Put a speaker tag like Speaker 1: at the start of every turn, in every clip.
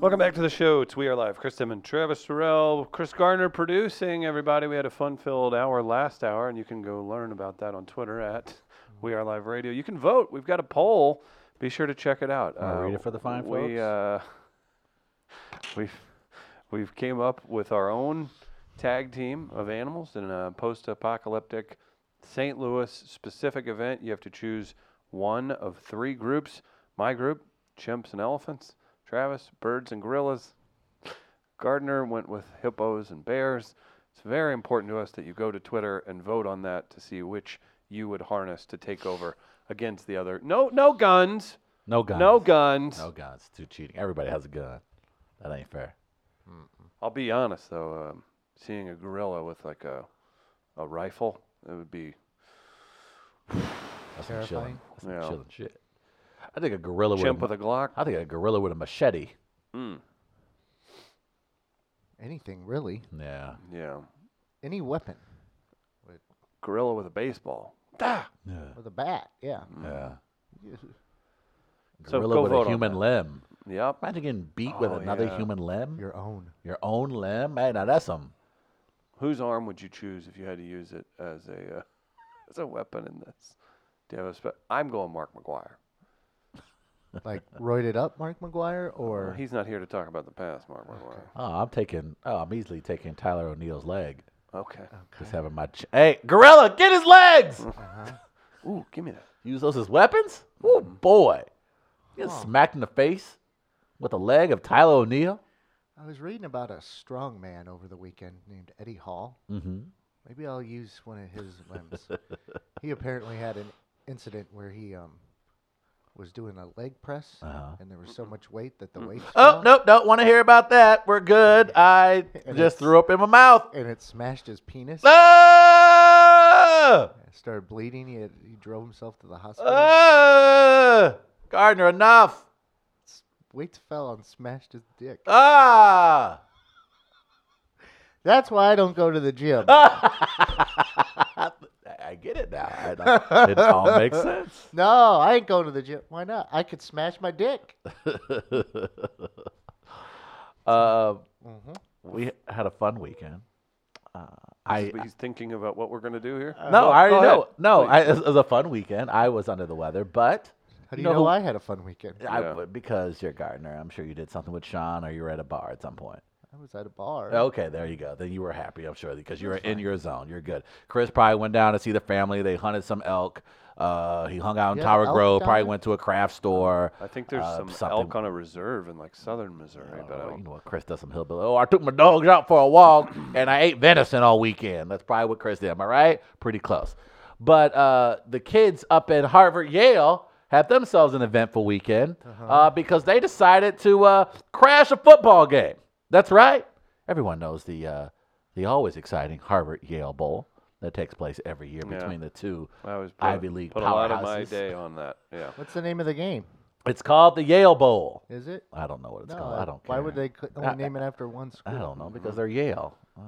Speaker 1: Welcome back to the show. It's We Are Live. Chris Timmon, Travis Terrell, Chris Garner producing. Everybody, we had a fun-filled hour last hour, and you can go learn about that on Twitter at We Are Live Radio. You can vote. We've got a poll. Be sure to check it out.
Speaker 2: Wanna read it for the fine
Speaker 1: we,
Speaker 2: folks?
Speaker 1: uh, we've we've came up with our own tag team of animals in a post-apocalyptic St. Louis specific event. You have to choose one of three groups. My group, chimps and elephants. Travis, birds and gorillas. Gardner went with hippos and bears. It's very important to us that you go to Twitter and vote on that to see which you would harness to take over against the other. No, no guns.
Speaker 2: No guns.
Speaker 1: No guns.
Speaker 2: No guns. It's too cheating. Everybody has a gun. That ain't fair.
Speaker 1: I'll be honest though, um, seeing a gorilla with like a a rifle, it would be
Speaker 2: That's some chilling.
Speaker 3: Terrifying.
Speaker 2: That's some
Speaker 1: Yeah.
Speaker 2: chilling shit. I think a gorilla
Speaker 1: chimp
Speaker 2: with
Speaker 1: with
Speaker 2: a,
Speaker 1: a Glock.
Speaker 2: I think a gorilla with a machete.
Speaker 3: Anything really?
Speaker 2: Yeah.
Speaker 1: Yeah,
Speaker 3: Any weapon
Speaker 1: gorilla with a baseball. Hmm.
Speaker 2: Yeah.
Speaker 3: with a bat? Yeah.
Speaker 2: yeah.
Speaker 1: So
Speaker 2: Mm. Gorilla
Speaker 1: go
Speaker 2: with
Speaker 1: vote
Speaker 2: a
Speaker 1: on
Speaker 2: human
Speaker 1: that.
Speaker 2: limb.
Speaker 1: Yep.
Speaker 2: Imagine getting beat with
Speaker 1: Oh,
Speaker 2: another
Speaker 1: yeah.
Speaker 2: human limb. Your,
Speaker 3: Your own.
Speaker 2: own limb. Hey, now that's some.
Speaker 1: Whose arm would you choose if you had to use it as a uh, as a weapon in this? Do you have a spe- I'm going Mark McGuire.
Speaker 3: Like roided up Mark McGuire
Speaker 1: Well,
Speaker 3: or
Speaker 1: he's not here to talk about the past, Mark McGuire.
Speaker 2: Oh, I'm taking. Oh, I'm easily taking Tyler O'Neill's leg.
Speaker 1: Okay.
Speaker 2: Just having my. Ch- hey, gorilla, get his legs. Um,
Speaker 1: Ooh, give me that.
Speaker 2: Use those as weapons? Oh boy. Get smacked in the face with a leg of Tyler O'Neill.
Speaker 3: I was reading about a strong man over the weekend named Eddie Hall.
Speaker 2: Mm-hmm.
Speaker 3: Maybe I'll use one of his limbs. he apparently had an incident where he um was doing a leg press
Speaker 2: Uh-huh.
Speaker 3: and there was so much weight that the weight
Speaker 2: Oh
Speaker 3: fell,
Speaker 2: nope, don't want to hear about that. We're good. I
Speaker 3: And
Speaker 2: just
Speaker 3: it's-
Speaker 2: threw up in my mouth.
Speaker 3: and it smashed his penis.
Speaker 2: Ah!
Speaker 3: It started bleeding. He, had, he drove himself to the hospital.
Speaker 2: Uh! Ah! Gardner, enough.
Speaker 3: S- Weights fell and smashed his dick.
Speaker 2: Ah!
Speaker 3: That's why I don't go to the gym.
Speaker 2: I I get it now. I- It all makes sense.
Speaker 3: No, I ain't going to the gym. Why not? I could smash my dick.
Speaker 2: Uh,
Speaker 3: hmm
Speaker 2: we had a fun weekend. Uh,
Speaker 1: This
Speaker 2: I
Speaker 1: is what he's thinking about what we're going to do here.
Speaker 2: No, I
Speaker 1: go
Speaker 2: already know.
Speaker 1: ahead.
Speaker 2: No,
Speaker 1: Please.
Speaker 2: I, it was a fun weekend. I was under the weather, but
Speaker 3: How do you know,
Speaker 2: who-
Speaker 3: I had a fun weekend?
Speaker 2: I
Speaker 1: Yeah.
Speaker 2: would- because you're Gardner. I'm sure you did something with Sean, or you were at a bar at some point.
Speaker 3: I was at a bar.
Speaker 2: Okay, there you go. Then you were happy, I'm sure, because you were in your zone. You're good. Chris probably went down to see the family. They hunted some elk. Uh, he hung out in
Speaker 3: Yeah,
Speaker 2: Tower
Speaker 3: elk
Speaker 2: Grove.
Speaker 3: down
Speaker 2: Probably
Speaker 3: there?
Speaker 2: went to a craft store.
Speaker 1: I think there's
Speaker 2: uh,
Speaker 1: some
Speaker 2: something-
Speaker 1: elk on a reserve in like southern Missouri, but I
Speaker 3: uh,
Speaker 2: Oh,
Speaker 1: don't
Speaker 2: you know what Chris does some hillbilly. Oh, I took my dogs out for a walk and I ate venison all weekend. That's probably what Chris did. Am I right? Pretty close. But uh, the kids up at Harvard Yale had themselves an eventful weekend uh
Speaker 3: Uh-huh.
Speaker 2: because they decided to uh, crash a football game. That's right. Everyone knows the uh, the always exciting Harvard Yale Bowl that takes place every year
Speaker 1: Yeah.
Speaker 2: between the two
Speaker 1: I always put,
Speaker 2: Ivy League
Speaker 1: put a lot of my
Speaker 2: powerhouses.
Speaker 1: day on that. Yeah.
Speaker 3: What's the name of the game?
Speaker 2: It's called the Yale Bowl.
Speaker 3: Is it?
Speaker 2: I don't know what it's called. I don't care.
Speaker 3: Why would they cl- only name it after one school?
Speaker 2: I don't know because they're Yale, uh,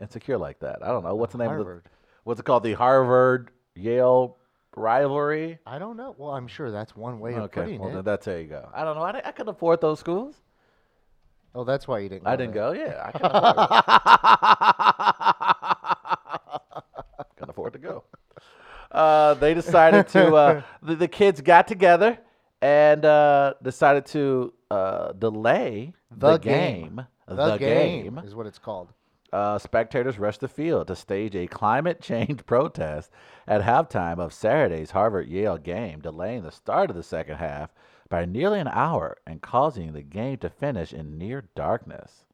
Speaker 2: insecure like that. I don't know what's the name of
Speaker 3: Harvard.
Speaker 2: the, what's it called? The Harvard Yale rivalry.
Speaker 3: I don't know. Well, I'm sure that's one way of
Speaker 2: Okay,
Speaker 3: putting
Speaker 2: well
Speaker 3: it.
Speaker 2: then that's there you go. I don't know. I, di- I couldn't afford those schools.
Speaker 3: oh, that's why you didn't. Go
Speaker 2: I didn't go.
Speaker 3: there.
Speaker 2: Yeah, I can afford. it. can afford to go. Uh, they decided to. Uh, the, the kids got together and uh, decided to uh, delay
Speaker 3: The
Speaker 2: game.
Speaker 3: game. The, game, is what it's called.
Speaker 2: uh, spectators rushed the field to stage a climate change protest at halftime of Saturday's Harvard Yale game, delaying the start of the second half by nearly an hour and causing the game to finish in near darkness.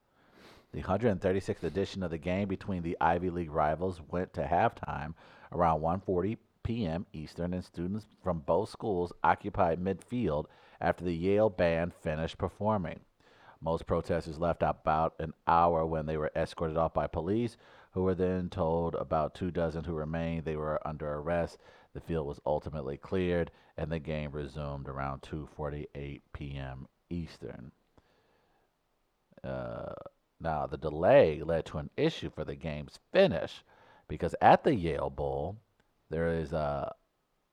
Speaker 2: The 136th edition of the game between the Ivy League rivals went to halftime around 1:40 p.m. Eastern, and students from both schools occupied midfield after the Yale band finished performing. Most protesters left about an hour when they were escorted off by police, who were then told about two dozen who remained they were under arrest. The field was ultimately cleared, and the game resumed around 2:48 p.m. Eastern. Uh, now, the delay led to an issue for the game's finish because at the Yale Bowl, there is a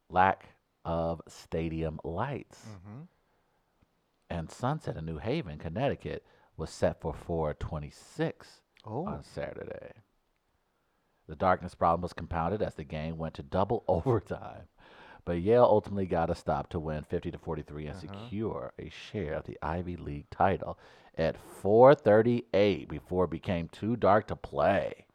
Speaker 2: lack of stadium lights
Speaker 3: Mm-hmm.
Speaker 2: and sunset in New Haven, Connecticut, was set for 426
Speaker 3: Oh,
Speaker 2: on Saturday. The darkness problem was compounded as the game went to double overtime, but Yale ultimately got a stop to win 50 to 43 and secure a share of the Ivy League title at 4:38 before it became too dark to play.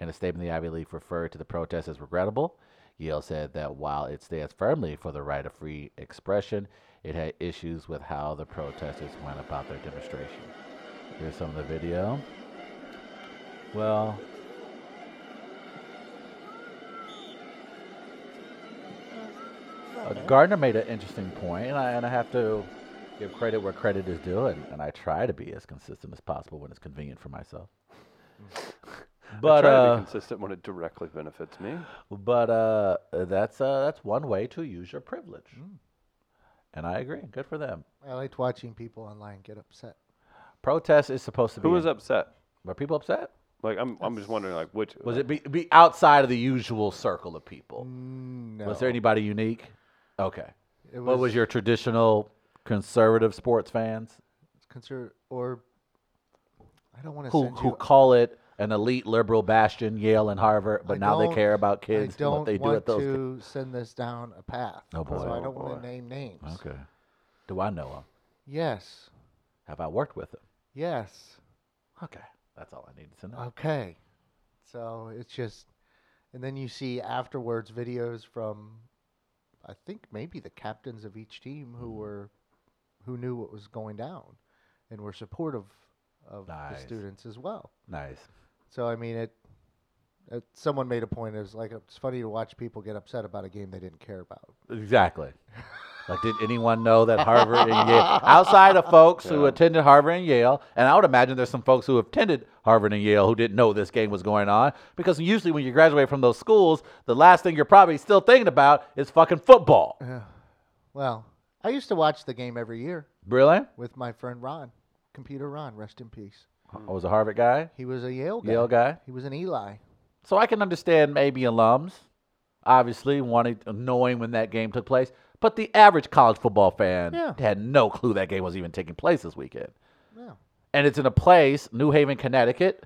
Speaker 2: In a statement, the Ivy League referred to the protest as regrettable. Yale said that while it stands firmly for the right of free expression, it had issues with how the protesters went about their demonstration. Here's some of the video. Well, uh, Gardner made an interesting point, and I, and I have to give credit where credit is due, and, and I try to be as consistent as possible when it's convenient for myself.
Speaker 1: I
Speaker 2: But
Speaker 1: try to
Speaker 2: uh,
Speaker 1: be consistent when it directly benefits me.
Speaker 2: but uh, that's uh, that's one way to use your privilege,
Speaker 1: Mm.
Speaker 2: and I agree. Good for them.
Speaker 3: I liked watching people online get upset.
Speaker 2: Protest is supposed to be.
Speaker 1: Who was
Speaker 2: in-
Speaker 1: upset?
Speaker 2: Were people upset?
Speaker 1: Like I'm, I'm just wondering, like which
Speaker 2: Was it be, be outside of the usual circle of people?
Speaker 3: No,
Speaker 2: Mm, Was there anybody unique? Okay.
Speaker 3: It
Speaker 2: what was
Speaker 3: was-
Speaker 2: your traditional conservative sports fans
Speaker 3: consider or I don't want to
Speaker 2: who
Speaker 3: send
Speaker 2: who
Speaker 3: you.
Speaker 2: call it an elite liberal bastion, Yale and Harvard, but
Speaker 3: I
Speaker 2: now they
Speaker 3: don't-
Speaker 2: care about
Speaker 3: I
Speaker 2: kids and
Speaker 3: don't
Speaker 2: what they do
Speaker 3: want
Speaker 2: at those.
Speaker 3: to send this down a path.
Speaker 2: Oh, boy.
Speaker 3: So I
Speaker 2: Oh,
Speaker 3: don't want
Speaker 1: boy.
Speaker 3: to name names.
Speaker 2: kids. Okay. Do I know them?
Speaker 3: Yes.
Speaker 2: Have I worked with them?
Speaker 3: Yes.
Speaker 2: Okay. That's all I needed to know.
Speaker 3: Okay. So it's just, and then you see afterwards videos from, I think maybe the captains of each team who were, who knew what was going down, and were supportive of
Speaker 2: Nice.
Speaker 3: the students as well.
Speaker 2: nice.
Speaker 3: So I mean it. it someone made a point. It was like it's funny to watch people get upset about a game they didn't care about.
Speaker 2: Exactly. Like, did anyone know that Harvard and Yale, outside of folks who
Speaker 1: Yeah.
Speaker 2: attended Harvard and Yale, and I would imagine there's some folks who attended Harvard and Yale who didn't know this game was going on, because usually when you graduate from those schools, the last thing you're probably still thinking about is fucking football.
Speaker 3: Well, I used to watch the game every year
Speaker 2: Really?
Speaker 3: with my friend Ron, computer Ron, rest in peace.
Speaker 2: I was a Harvard guy,
Speaker 3: He was a Yale guy.
Speaker 2: Yale guy.
Speaker 3: He was an Eli.
Speaker 2: So I can understand maybe alums, obviously wanting knowing when that game took place, but the average college football fan
Speaker 3: Yeah.
Speaker 2: had no clue that game was even taking place this weekend.
Speaker 3: No.
Speaker 2: and it's in a place, New Haven, Connecticut,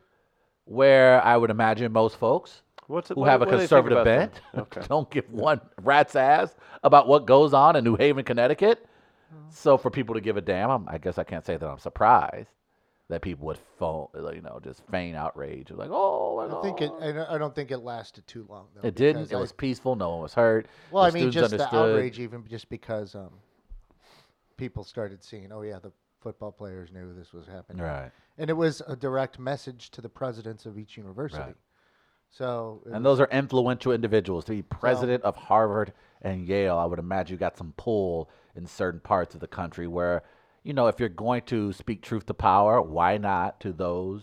Speaker 2: where I would imagine most folks
Speaker 1: What's it,
Speaker 2: who
Speaker 1: what-
Speaker 2: have a
Speaker 1: what do they think
Speaker 2: conservative
Speaker 1: about them?
Speaker 2: bent
Speaker 1: Okay.
Speaker 2: don't give one rat's ass about what goes on in New Haven, Connecticut.
Speaker 3: Mm-hmm.
Speaker 2: So for people to give a damn, I'm, I guess I can't say that I'm surprised that people would, phone, you know, just feign outrage, like, oh, my
Speaker 3: I think it.
Speaker 2: God."
Speaker 3: I don't- I don't think it lasted too long though.
Speaker 2: It didn't.
Speaker 3: because
Speaker 2: It
Speaker 3: I-
Speaker 2: was peaceful. No one was hurt.
Speaker 3: well,
Speaker 2: the
Speaker 3: I mean,
Speaker 2: students
Speaker 3: just the
Speaker 2: understood.
Speaker 3: outrage, even just because um, people started seeing. Oh yeah, the football players knew this was happening.
Speaker 2: Right.
Speaker 3: And it was a direct message to the presidents of each university. So it
Speaker 2: And
Speaker 3: was-
Speaker 2: those are influential individuals. To be president of Harvard and Yale, I would imagine you got some pull in certain parts of the country where, you know, if you're going to speak truth to power, why not to those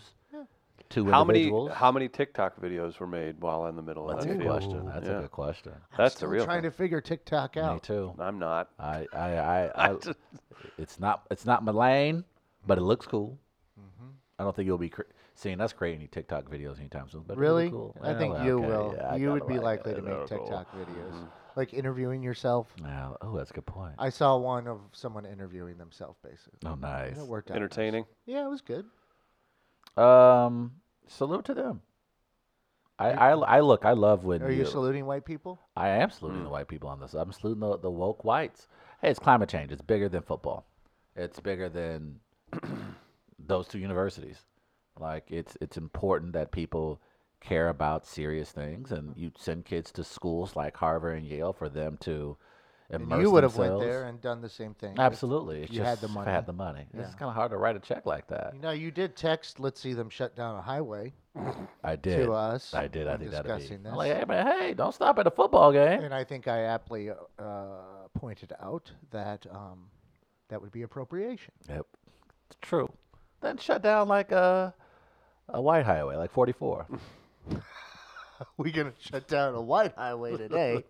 Speaker 2: two
Speaker 1: How many
Speaker 2: individuals?
Speaker 1: how many TikTok videos were made while in the middle
Speaker 2: That's a
Speaker 1: of that
Speaker 2: good
Speaker 1: field?
Speaker 2: question. That's
Speaker 1: Yeah.
Speaker 2: a good question.
Speaker 3: I'm
Speaker 1: That's
Speaker 3: still
Speaker 1: the real
Speaker 3: trying
Speaker 1: thing.
Speaker 3: to figure TikTok
Speaker 2: Me
Speaker 3: out.
Speaker 2: too.
Speaker 1: I'm not.
Speaker 2: I, I, I, I
Speaker 1: just-
Speaker 2: it's not, it's not my lane, but it looks cool.
Speaker 1: Mm-hmm.
Speaker 2: I don't think you'll be cr- seeing us create any TikTok videos anytime soon. But it'll be
Speaker 3: Really?
Speaker 2: cool.
Speaker 3: I
Speaker 2: Yeah,
Speaker 3: think
Speaker 2: well,
Speaker 3: you
Speaker 2: okay,
Speaker 3: will.
Speaker 2: yeah, I
Speaker 3: you would
Speaker 2: kinda
Speaker 3: be
Speaker 2: like
Speaker 3: likely
Speaker 2: it. Mm-hmm.
Speaker 3: to make
Speaker 2: They're cool.
Speaker 3: TikTok videos, like interviewing yourself.
Speaker 2: Yeah. Oh, that's a good point.
Speaker 3: I saw one of someone interviewing themselves, basically.
Speaker 2: Oh, nice.
Speaker 3: And it worked out. nice.
Speaker 1: Entertaining.
Speaker 3: Yeah, it was good.
Speaker 2: Um, salute to them. I, I, I look, I love when
Speaker 3: Are you saluting white people?
Speaker 2: I am saluting the white people on this. I'm saluting the, the woke whites. Hey, it's climate change. It's bigger than football. It's bigger than those two universities. Like it's it's important that people care about serious things, and
Speaker 3: Mm-hmm.
Speaker 2: you send kids to schools like Harvard and Yale for them to immerse
Speaker 3: And you would have went
Speaker 2: themselves.
Speaker 3: there and done the same thing. If-
Speaker 2: Absolutely, it's
Speaker 3: you had
Speaker 2: just
Speaker 3: the
Speaker 2: if I
Speaker 3: money.
Speaker 2: had the money. It's
Speaker 3: Yeah.
Speaker 2: kind of hard to write a check like that.
Speaker 3: You know, you did text. Let's see them shut down a highway.
Speaker 2: I did.
Speaker 3: us
Speaker 2: I did. I
Speaker 3: when
Speaker 2: think that'd be.
Speaker 3: discussing
Speaker 2: I'm like,
Speaker 3: this.
Speaker 2: hey, man, hey, don't stop at a football game.
Speaker 3: And I think I aptly uh, pointed out that um, that would be appropriation.
Speaker 2: Yep, it's true. Then shut down like a a white highway, like 44.
Speaker 3: We're gonna shut down a white highway today.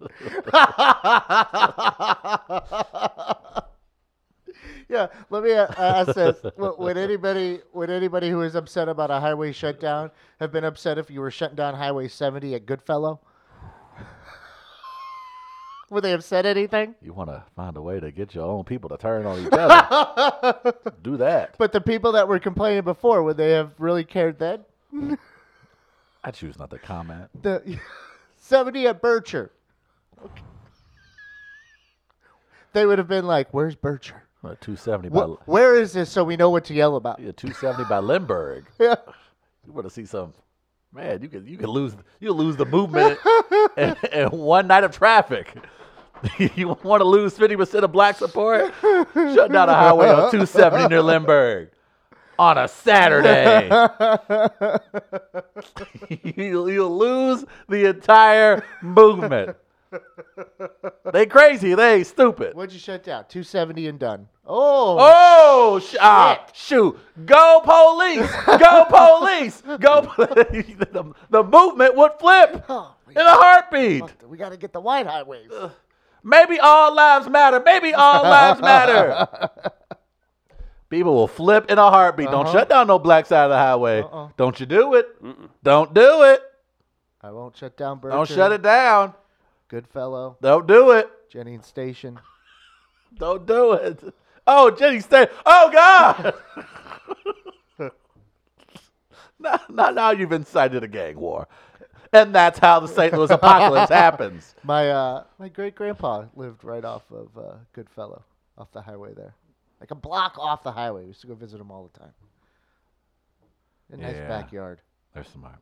Speaker 3: yeah, let me uh, ask this: Would would anybody, would anybody who is upset about a highway shutdown have been upset if you were shutting down Highway 70 at Goodfellow? Were they have said anything?
Speaker 2: You want to find a way to get your own people to turn on each other.
Speaker 3: but
Speaker 2: Do that.
Speaker 3: the people that were complaining before, would they have really cared then?
Speaker 2: I choose not to comment.
Speaker 3: The 70 at Bircher. They would have been like, where's Bircher?
Speaker 2: I'm at 270 by,
Speaker 3: Wh- where is this so we know what to yell about?
Speaker 2: yeah, 270 by Lindbergh.
Speaker 3: Yeah.
Speaker 2: You want to see some? Man, you could you could lose you lose the movement in, in one night of traffic. you want to lose fifty percent of black support? Shut down a highway on two seventy near Lindbergh on a Saturday. you you lose the entire movement. They crazy. They stupid.
Speaker 3: What'd you shut down? 270 and done. Oh,
Speaker 2: Oh, sh- ah, shoot. Go police. Go police. Go police. the, the movement would flip
Speaker 3: Oh, we-
Speaker 2: in a heartbeat.
Speaker 3: we got to get the white highways.
Speaker 2: Maybe all lives matter. Maybe all lives matter. People will flip in a heartbeat. Don't
Speaker 3: Uh-huh.
Speaker 2: shut down no black side of the highway.
Speaker 3: Uh-uh.
Speaker 2: Don't you do it. Don't do it.
Speaker 3: I won't shut down Bircher.
Speaker 2: Don't shut it down.
Speaker 3: Good fellow.
Speaker 2: Don't do it.
Speaker 3: Jennings Station.
Speaker 2: Don't do it. Oh, Jenny, stay. Oh, God. now, now, now you've incited a gang war. And that's how the St. Louis apocalypse happens.
Speaker 3: My uh, my great grandpa lived right off of uh, Goodfellow, off the highway there, like a block off the highway. We used to go visit him all the time. A nice
Speaker 2: Yeah.
Speaker 3: backyard.
Speaker 2: They're smart.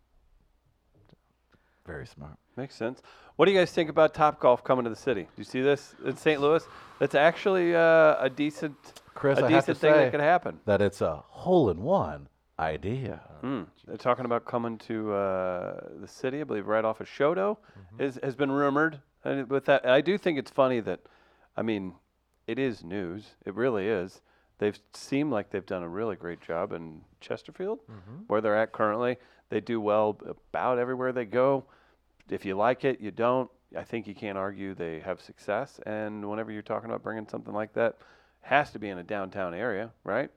Speaker 2: Very smart.
Speaker 1: Makes sense. What do you guys think about Top Golf coming to the city? Do you see this in St. Louis? That's actually uh, a decent,
Speaker 2: Chris,
Speaker 1: a
Speaker 2: I have to
Speaker 1: decent thing
Speaker 2: say-
Speaker 1: that could happen.
Speaker 2: That it's a hole in one idea.
Speaker 1: Mm. They're talking about coming to uh, the city, I believe, right off of Shodo,
Speaker 2: Mm-hmm.
Speaker 1: is, has been rumored. And it- with that, I do think it's funny that, I mean, it is news. It really is. They've seemed like they've done a really great job in Chesterfield,
Speaker 2: Mm-hmm.
Speaker 1: where they're at currently. They do well about everywhere they go. If you like it, you don't. I think you can't argue they have success. And whenever you're talking about bringing something like that, has to be in a downtown area, right?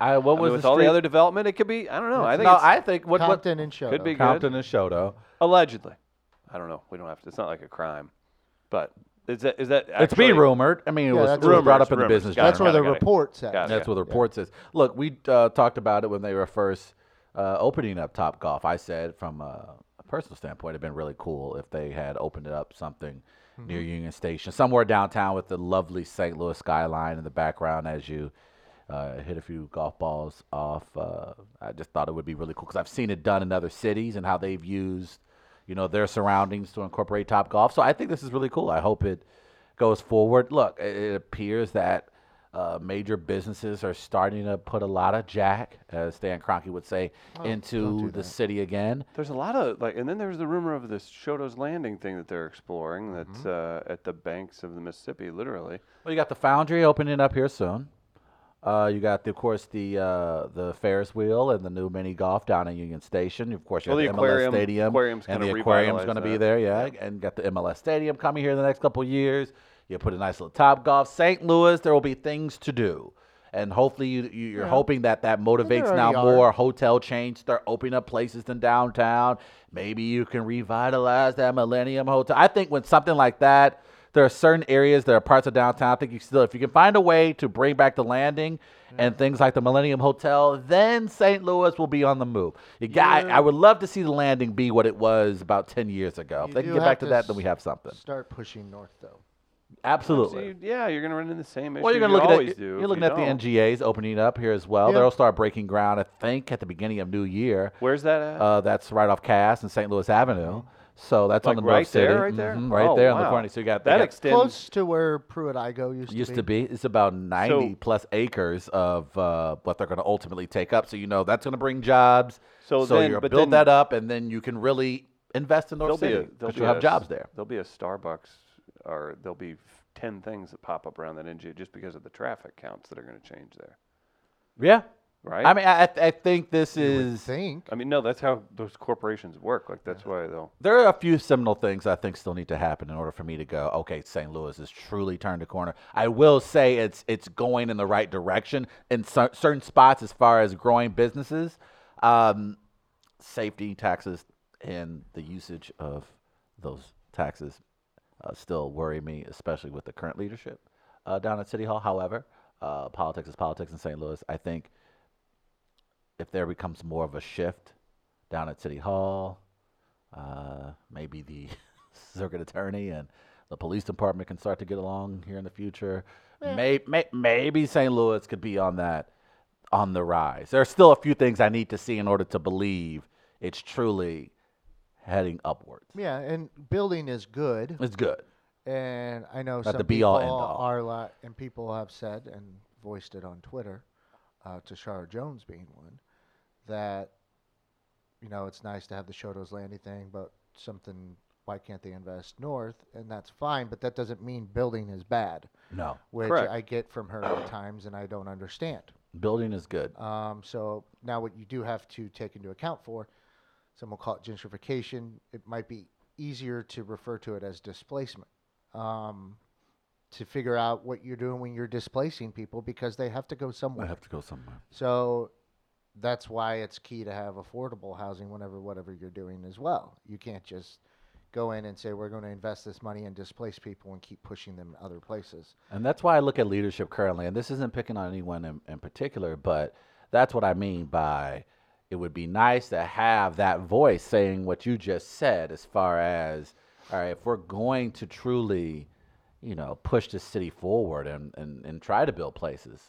Speaker 2: I, what
Speaker 1: I
Speaker 2: was
Speaker 1: mean, with
Speaker 2: the
Speaker 1: all the
Speaker 2: street-
Speaker 1: other development, it could be. I don't know. I think
Speaker 2: no,
Speaker 1: it's-
Speaker 2: I think what, what
Speaker 3: Compton and Shodo.
Speaker 1: could be good.
Speaker 2: Compton and Shodo.
Speaker 1: Allegedly, I don't know. We don't have to. It's not like a crime, but is that is that?
Speaker 2: It's being
Speaker 1: actually-
Speaker 2: rumored. I mean, it
Speaker 3: Yeah,
Speaker 2: was,
Speaker 3: that's
Speaker 2: it was brought
Speaker 1: rumors,
Speaker 2: up in the
Speaker 1: rumors.
Speaker 2: business.
Speaker 1: Got it,
Speaker 3: That's
Speaker 2: journal.
Speaker 3: where the
Speaker 1: got it.
Speaker 3: report says.
Speaker 1: Got it.
Speaker 2: That's what the report says. Look, we uh, talked about it when they were first uh, opening up Top Golf. I said, from a personal standpoint, it'd been really cool if they had opened it up something near Union Station, somewhere downtown with the lovely St. Louis skyline in the background as you uh, hit a few golf balls off. Uh, I just thought it would be really cool because I've seen it done in other cities and how they've used, you know, their surroundings to incorporate Top Golf. So I think this is really cool. I hope it goes forward. Look, it, it appears that uh, major businesses are starting to put a lot of jack, as Stan Kroenke would say,
Speaker 3: Oh,
Speaker 2: into the city again.
Speaker 1: There's a lot of like, and then there's the rumor of this Shoto's Landing thing that they're exploring. That's uh, at the banks of the Mississippi, literally.
Speaker 2: Well, you got the Foundry opening up here soon. Uh, you got, the, of course, the uh, the Ferris wheel and the new mini golf down in Union Station. Of course, you
Speaker 1: Well, the
Speaker 2: got the
Speaker 1: aquarium-
Speaker 2: MLS Stadium,
Speaker 1: aquarium's
Speaker 2: and
Speaker 1: gonna
Speaker 2: the aquarium's
Speaker 1: revitalize
Speaker 2: going to be
Speaker 1: that.
Speaker 2: there, yeah. And got the MLS Stadium coming here in the next couple of years. You put a nice little Top Golf, St. Louis. There will be things to do, and hopefully you, you you're hoping that that motivates now
Speaker 3: already are.
Speaker 2: more hotel chains start opening up places in downtown. Maybe you can revitalize that Millennium Hotel. I think when something like that, there are certain areas, there are parts of downtown. I think you still, if you can find a way to bring back the landing and things like the Millennium Hotel, then St. Louis will be on the move. You got, I would love to see the landing be what it was about 10 years ago. If
Speaker 3: You
Speaker 2: they can
Speaker 3: do
Speaker 2: get
Speaker 3: have
Speaker 2: back to
Speaker 3: to
Speaker 2: that, then we
Speaker 3: s-
Speaker 2: have something.
Speaker 3: Start pushing north though.
Speaker 1: So
Speaker 2: Absolutely.
Speaker 1: you, yeah, you're gonna run into the same issue.
Speaker 2: Well, you're
Speaker 1: you
Speaker 2: gonna look
Speaker 1: always
Speaker 2: at
Speaker 1: do.
Speaker 2: you're
Speaker 1: if
Speaker 2: looking
Speaker 1: you
Speaker 2: at the
Speaker 1: don't.
Speaker 2: NGAs opening up here as well.
Speaker 3: Yeah.
Speaker 2: They'll start breaking ground, I think, at the beginning of New Year.
Speaker 1: Where's that at?
Speaker 2: Uh, that's right off Cass and St. Louis Avenue. So that's on
Speaker 1: Like
Speaker 2: the
Speaker 1: right
Speaker 2: north city,
Speaker 1: there, right there?
Speaker 2: Mhm, right
Speaker 1: Oh,
Speaker 2: there on the
Speaker 1: wow.
Speaker 2: corner. So you got they
Speaker 1: that
Speaker 2: got-
Speaker 1: extends.
Speaker 3: Close to where Pruitt Igo used,
Speaker 2: used
Speaker 3: to be.
Speaker 2: It's about ninety plus acres of uh, what they're going to ultimately take up. So you know that's going to bring jobs.
Speaker 1: So then-
Speaker 2: you
Speaker 1: but
Speaker 2: build
Speaker 1: then-
Speaker 2: that up, and then you can really invest in
Speaker 1: There'll
Speaker 2: North
Speaker 1: be a
Speaker 2: City
Speaker 1: there'll
Speaker 2: because
Speaker 1: be
Speaker 2: you
Speaker 1: a
Speaker 2: have jobs
Speaker 1: s-
Speaker 2: there.
Speaker 1: There'll be a Starbucks, or there'll be f- ten things that pop up around that NGA just because of the traffic counts that are gonna change there,
Speaker 2: Yeah,
Speaker 1: right?
Speaker 2: I mean, I, I- I think this
Speaker 3: I
Speaker 2: is
Speaker 3: think.
Speaker 1: I mean, no, that's how those corporations work. Like that's why they'll.
Speaker 2: there are a few seminal things I think still need to happen in order for me to go. Okay, St. Louis has truly turned a corner. I will say it's it's going in the right direction in cer- certain spots as far as growing businesses, um, safety taxes, and the usage of those taxes uh, still worry me, especially with the current leadership uh, down at City Hall. However, uh, politics is politics in St. Louis. I think if there becomes more of a shift down at City Hall, uh, maybe the circuit attorney and the police department can start to get along here in the future. May, may, maybe St. Louis could be on that on the rise. There are still a few things I need to see in order to believe it's truly heading upwards.
Speaker 3: Yeah, and building is good.
Speaker 2: It's good.
Speaker 3: And I know
Speaker 2: Not
Speaker 3: some
Speaker 2: the be
Speaker 3: people
Speaker 2: all, end all.
Speaker 3: are li and people have said and voiced it on Twitter, uh, Tashara Jones being one, that you know it's nice to have the Shoto's Landing thing, but something why can't they invest north? And that's fine, but that doesn't mean building is bad,
Speaker 2: No,
Speaker 3: which
Speaker 1: Correct.
Speaker 3: I get from her at times, and I don't understand.
Speaker 2: building is good.
Speaker 3: Um, so now what you do have to take into account for, some will call it gentrification. It might be easier to refer to it as displacement. Um, to figure out what you're doing when you're displacing people because they have to go
Speaker 2: I
Speaker 3: somewhere.
Speaker 2: have to go somewhere.
Speaker 3: So that's why it's key to have affordable housing whenever whatever you're doing as well. You can't just go in and say we're going to invest this money and displace people and keep pushing them to other places.
Speaker 2: And that's why I look at leadership currently. And this isn't picking on anyone in, in particular, but that's what I mean by it would be nice to have that voice saying what you just said as far as, all right, if we're going to truly, you know, push the city forward and, and, and try to build places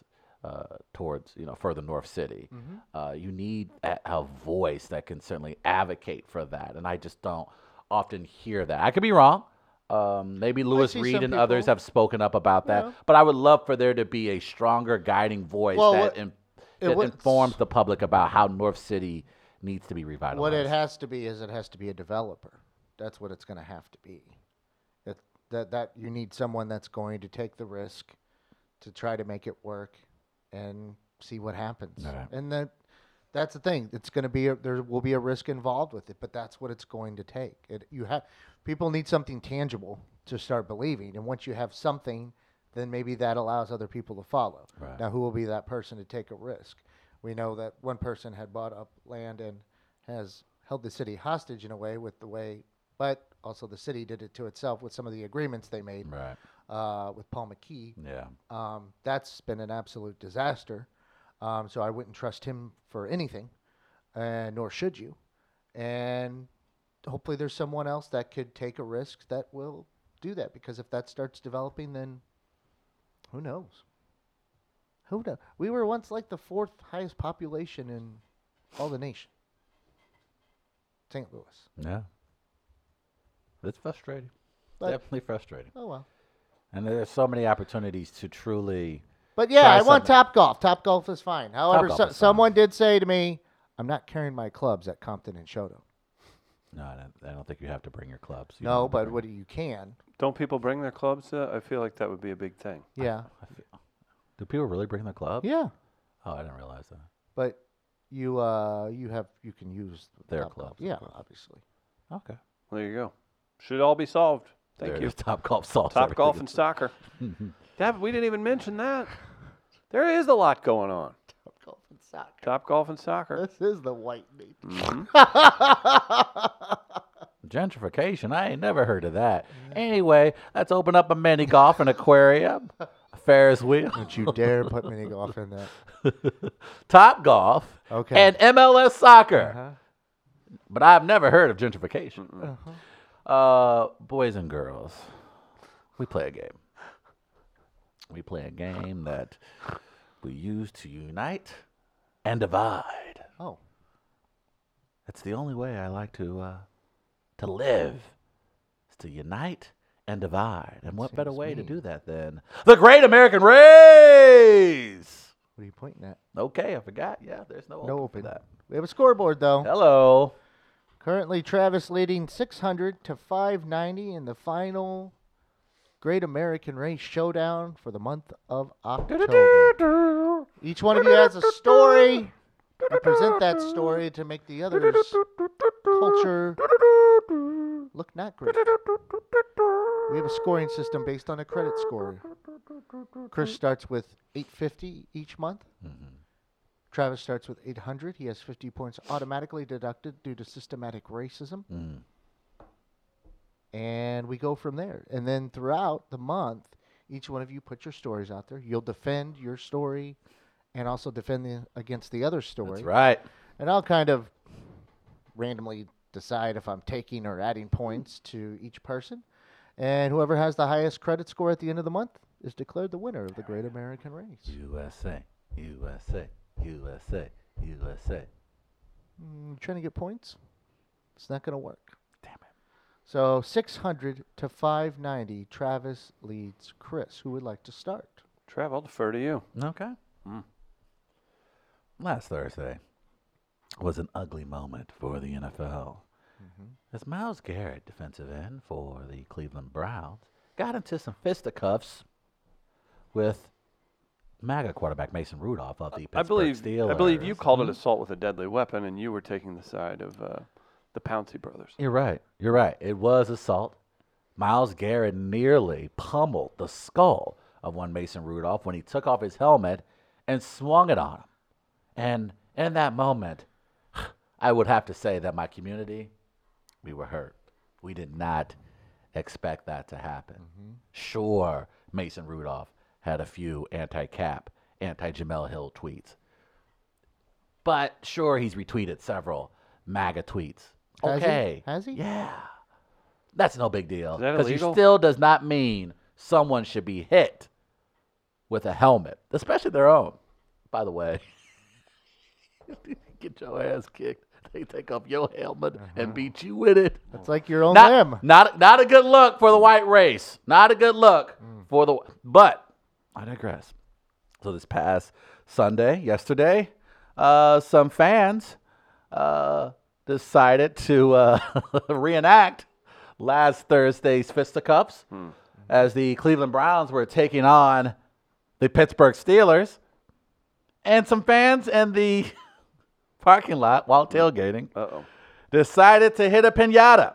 Speaker 2: uh, towards, you know, further north city,
Speaker 3: Mm-hmm.
Speaker 2: uh, you need a, a voice that can certainly advocate for that. And I just don't often hear that. I could be wrong. Um, maybe Lewis
Speaker 3: see
Speaker 2: Reed
Speaker 3: some
Speaker 2: and others
Speaker 3: people.
Speaker 2: have spoken up about that.
Speaker 3: Yeah.
Speaker 2: But I would love for there to be a stronger guiding voice
Speaker 3: Well,
Speaker 2: that,
Speaker 3: what-
Speaker 2: in,
Speaker 3: it
Speaker 2: that
Speaker 3: would-
Speaker 2: informs the public about how North City needs to be revitalized.
Speaker 3: What it has to be is it has to be a developer. That's what it's going to have to be. That that that you need someone that's going to take the risk to try to make it work and see what happens.
Speaker 2: Alright.
Speaker 3: And that that's the thing. It's going to be a, there will be a risk involved with it, but that's what it's going to take. It you have people need something tangible to start believing, and once you have something, then maybe that allows other people to follow.
Speaker 2: Right.
Speaker 3: Now, who will be that person to take a risk? We know that one person had bought up land and has held the city hostage in a way with the way, but also the city did it to itself with some of the agreements they made
Speaker 2: Right.
Speaker 3: uh, with Paul McKee.
Speaker 2: Yeah.
Speaker 3: Um, that's been an absolute disaster. Um, so I wouldn't trust him for anything, uh, nor should you. And hopefully, there's someone else that could take a risk that will do that because if that starts developing, then who knows? Who knows? We were once like the fourth highest population in all the nation. St. Louis.
Speaker 2: Yeah. It's frustrating.
Speaker 3: But-
Speaker 2: Definitely frustrating.
Speaker 3: Oh well.
Speaker 2: And there's so many opportunities to truly.
Speaker 3: But yeah,
Speaker 2: Try
Speaker 3: I want
Speaker 2: something.
Speaker 3: Top Golf. Top Golf is fine. However,
Speaker 2: Topgolf
Speaker 3: so-
Speaker 2: is fine.
Speaker 3: someone did say to me, "I'm not carrying my clubs at Compton and Shoto."
Speaker 2: No, I don't, I don't think you have to bring your clubs. You
Speaker 3: No,
Speaker 2: don't have
Speaker 3: but
Speaker 2: to
Speaker 3: what you can,
Speaker 1: Don't people bring their clubs? Uh, I feel like that would be a big thing.
Speaker 3: yeah,
Speaker 2: bring- Do people really bring their clubs?
Speaker 3: yeah.
Speaker 2: Oh, I didn't realize that.
Speaker 3: But you, uh, you have, you can use
Speaker 2: Their
Speaker 3: Topgolf.
Speaker 2: clubs, of
Speaker 3: Yeah,
Speaker 2: course.
Speaker 3: obviously.
Speaker 2: Okay.
Speaker 1: There you go. Should all be solved. Thank
Speaker 2: There it
Speaker 1: you.
Speaker 2: is. Top golf solves
Speaker 1: Top golf
Speaker 2: everything.
Speaker 1: and soccer. Dad, we didn't even mention that. There is a lot going on.
Speaker 3: Top Golf and soccer.
Speaker 1: Top golf and soccer.
Speaker 3: This is the white meat.
Speaker 1: Mhm.
Speaker 2: Gentrification. I ain't never heard of that. Anyway, let's open up a mini golf and aquarium. A Ferris wheel.
Speaker 3: Don't you dare put mini golf in that.
Speaker 2: Top golf.
Speaker 3: Okay.
Speaker 2: And MLS soccer.
Speaker 3: Uh-huh.
Speaker 2: But I've never heard of gentrification. Uh, boys and girls, we play a game. We play a game that we use to unite and divide.
Speaker 3: Oh,
Speaker 2: That's the only way I like to uh, to live is to unite and divide. And what better
Speaker 3: seems
Speaker 2: way to
Speaker 3: mean.
Speaker 2: do that than the Great American Race?
Speaker 3: what are you pointing at?
Speaker 2: Okay, I forgot. Yeah, there's no
Speaker 3: no
Speaker 2: for
Speaker 3: open.
Speaker 2: that.
Speaker 3: We have a scoreboard though.
Speaker 2: Hello.
Speaker 3: Currently, Travis leading 600 to 590 in the final Great American Race Showdown for the month of October. Each one of you has a story. You present that story to make the other's culture look not great. We have a scoring system based on a credit score. Chris starts with 850 each month.
Speaker 2: Mm-hmm.
Speaker 3: Travis starts with 800. He has 50 points automatically deducted due to systematic racism.
Speaker 2: Mm.
Speaker 3: and we go from there. And then throughout the month, each one of you put your stories out there. You'll defend your story, and also defend the, against the other story.
Speaker 2: That's right.
Speaker 3: And I'll kind of randomly decide if I'm taking or adding points to each person. And whoever has the highest credit score at the end of the month is declared the winner of the Great American Race.
Speaker 2: USA, USA, USA, USA.
Speaker 3: Mm, trying to get points? It's not going to work.
Speaker 2: Damn it.
Speaker 3: So 600 to 590, Travis leads Chris. Who would like to start?
Speaker 1: Trav, I'll defer to you.
Speaker 2: Okay.
Speaker 1: Mm.
Speaker 2: Hmm. Last Thursday was an ugly moment for the NFL
Speaker 1: Mm-hmm.
Speaker 2: as Miles Garrett, defensive end for the Cleveland Browns, got into some fisticuffs with MAGA quarterback Mason Rudolph of the Pittsburgh Mm-hmm.
Speaker 1: I believe
Speaker 2: Steelers.
Speaker 1: I believe you called it assault with a deadly weapon, and you were taking the side of uh, the Pouncy brothers.
Speaker 2: You're right. You're right. It was assault. Miles Garrett nearly pummeled the skull of one Mason Rudolph when he took off his helmet and swung it on him. And in that moment, I would have to say that my community, we were hurt. We did not expect that to happen.
Speaker 3: Mm-hmm.
Speaker 2: Sure, Mason Rudolph had a few anti cap, anti Jamel Hill tweets. But sure, he's retweeted several MAGA tweets.
Speaker 3: Has he?
Speaker 2: Okay.
Speaker 3: Has he?
Speaker 2: Yeah. That's no big deal.
Speaker 1: Is that
Speaker 2: you
Speaker 1: illegal?
Speaker 2: still does not mean someone should be hit with a helmet, especially their own, by the way. Get your ass kicked. They take off your helmet
Speaker 1: Uh-huh.
Speaker 2: and beat you with it.
Speaker 3: It's like your own limb.
Speaker 2: Not, not, not a good look for the white race. Not a good look for the. But I digress. So this past Sunday, yesterday, uh, some fans uh, decided to uh, reenact last Thursday's fisticuffs as the Cleveland Browns were taking on the Pittsburgh Steelers, and some fans in the parking lot while tailgating
Speaker 1: Uh oh.
Speaker 2: decided to hit a pinata.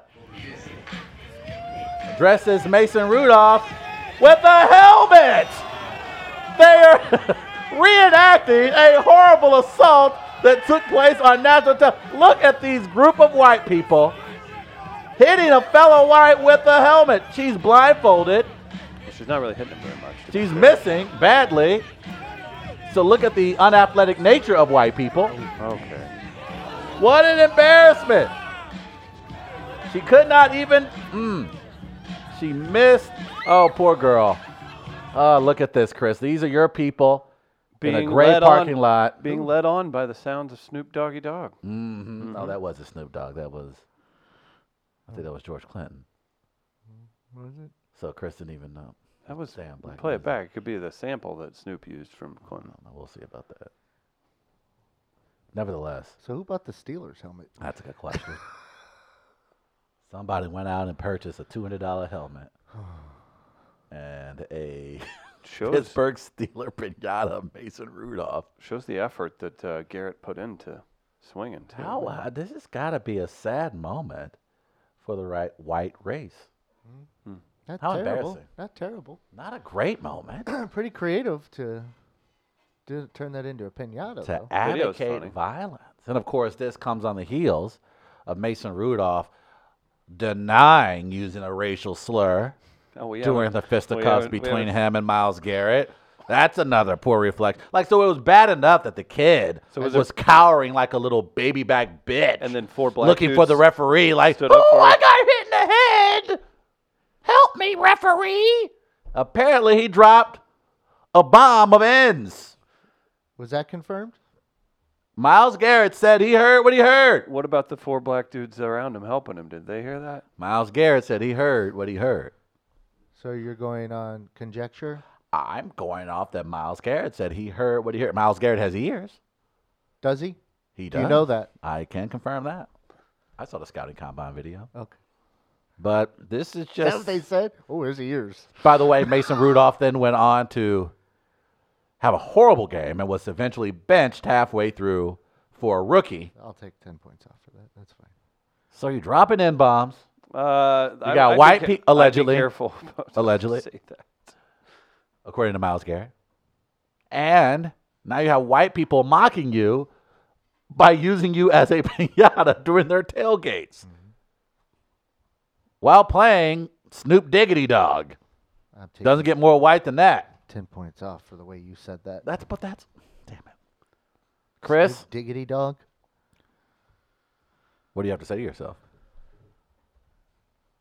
Speaker 2: Dressed as Mason Rudolph with a helmet. They're reenacting a horrible assault that took place on national television. Look at these group of white people hitting a fellow white with a helmet. She's blindfolded.
Speaker 1: She's not really hitting him very much. to be
Speaker 2: She's
Speaker 1: fair.
Speaker 2: missing badly. So look at the unathletic nature of white people.
Speaker 1: Okay.
Speaker 2: What an embarrassment! She could not even. Mm, she missed. Oh, poor girl. Oh, look at this, Chris. These are your people in a great
Speaker 1: led on-
Speaker 2: parking lot.
Speaker 1: Being led on by the sounds of Snoop Doggy Dog.
Speaker 2: Mhm. Oh, that was a Snoop Dogg. That was. I think that was George Clinton.
Speaker 3: What is it?
Speaker 2: So Chris didn't even know.
Speaker 1: That was
Speaker 2: Damn, Black
Speaker 1: play
Speaker 2: Mesa.
Speaker 1: it back. It could be the sample that Snoop used from Clinton.
Speaker 2: I don't know. We'll see about that. Nevertheless,
Speaker 3: So who bought the Steelers helmet?
Speaker 2: that's a good question. Somebody went out and purchased a two hundred dollar helmet and a.
Speaker 1: Shows
Speaker 2: Pittsburgh Steeler pinata, Mason Rudolph.
Speaker 1: shows the effort that uh, Garrett put into swinging too.
Speaker 2: How uh, this has got to be a sad moment for the right white race.
Speaker 3: Not
Speaker 2: How
Speaker 3: terrible.
Speaker 2: embarrassing.
Speaker 3: Not terrible.
Speaker 2: Not a great moment
Speaker 3: Pretty creative to, to turn that into a
Speaker 2: to
Speaker 3: pinata. though.
Speaker 1: Video's funny.
Speaker 2: advocate violence, and of course, this comes on the heels of Mason Rudolph denying using a racial slur
Speaker 1: Oh, well, yeah,
Speaker 2: during the
Speaker 1: we- we
Speaker 2: fisticuffs
Speaker 1: haven't- we
Speaker 2: between
Speaker 1: haven't-
Speaker 2: him and Miles Garrett. That's another poor reflection. Like, so it was bad enough that the kid
Speaker 1: So
Speaker 2: was,
Speaker 1: was it-
Speaker 2: cowering like a little baby back bitch,
Speaker 1: And then four black
Speaker 2: looking for the
Speaker 1: dudes
Speaker 2: referee, like,
Speaker 1: stood up
Speaker 2: "Oh,
Speaker 1: for
Speaker 2: I
Speaker 1: it."
Speaker 2: got hit in the head! Help me, referee!" Apparently, he dropped a bomb of ends.
Speaker 3: Was that confirmed?
Speaker 2: Miles Garrett said he heard what he heard.
Speaker 1: What about the four black dudes around him helping him? Did they hear that?
Speaker 2: Miles Garrett said he heard what he heard.
Speaker 3: So you're going on conjecture?
Speaker 2: I'm going off that Miles Garrett said he heard what he heard. Miles Garrett has ears.
Speaker 3: Does he?
Speaker 2: He
Speaker 3: Do
Speaker 2: does.
Speaker 3: you know that?
Speaker 2: I can confirm that. I saw the scouting combine video,
Speaker 3: Okay.
Speaker 2: but this is
Speaker 3: That's what
Speaker 2: just.
Speaker 3: they said? Oh, his ears.
Speaker 2: By the way, Mason Rudolph then went on to have a horrible game and was eventually benched halfway through for a rookie.
Speaker 3: I'll take 10 points off for that. That's fine.
Speaker 2: So you're dropping in bombs.
Speaker 1: Uh, you
Speaker 2: got white pe- allegely.
Speaker 1: Be careful. about-
Speaker 2: Allegedly.
Speaker 1: say that.
Speaker 2: according to Miles Garrett. And now you have white people mocking you by using you as a pinata during their tailgates. while playing Snoop Diggity Dog.
Speaker 3: I'm taking
Speaker 2: Doesn't get more white than that.
Speaker 3: ten points off for the way you said that.
Speaker 2: That's but that's damn it. Chris,
Speaker 3: Snoop Diggity Dog.
Speaker 2: what do you have to say to yourself?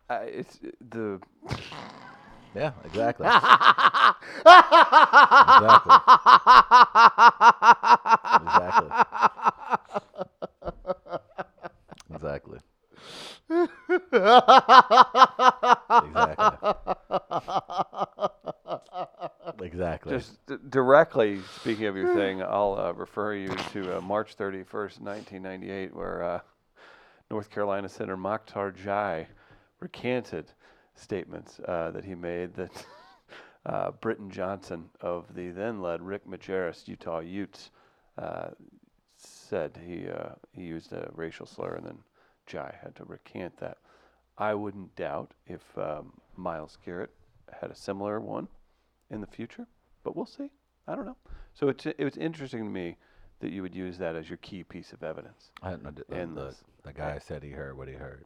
Speaker 1: I, it's the
Speaker 2: Yeah, exactly. exactly. Exactly. Exactly. exactly. Exactly.
Speaker 1: just d- directly speaking of your thing. I'll uh, refer you to uh, March 31st, 1998, where uh, North Carolina Senator Mokhtar Jai recanted statements uh, that he made that uh, Britton Johnson of the then led Rick Majerus Utah Utes uh, said he uh, he used a racial slur, and then Jai had to recant that. I wouldn't doubt if um, Miles Garrett had a similar one in the future, but we'll see. I don't know. So it's it was interesting to me that you would use that as your key piece of evidence.
Speaker 2: I don't know, the-
Speaker 1: And
Speaker 2: the,
Speaker 1: this.
Speaker 2: the guy said he heard what he heard.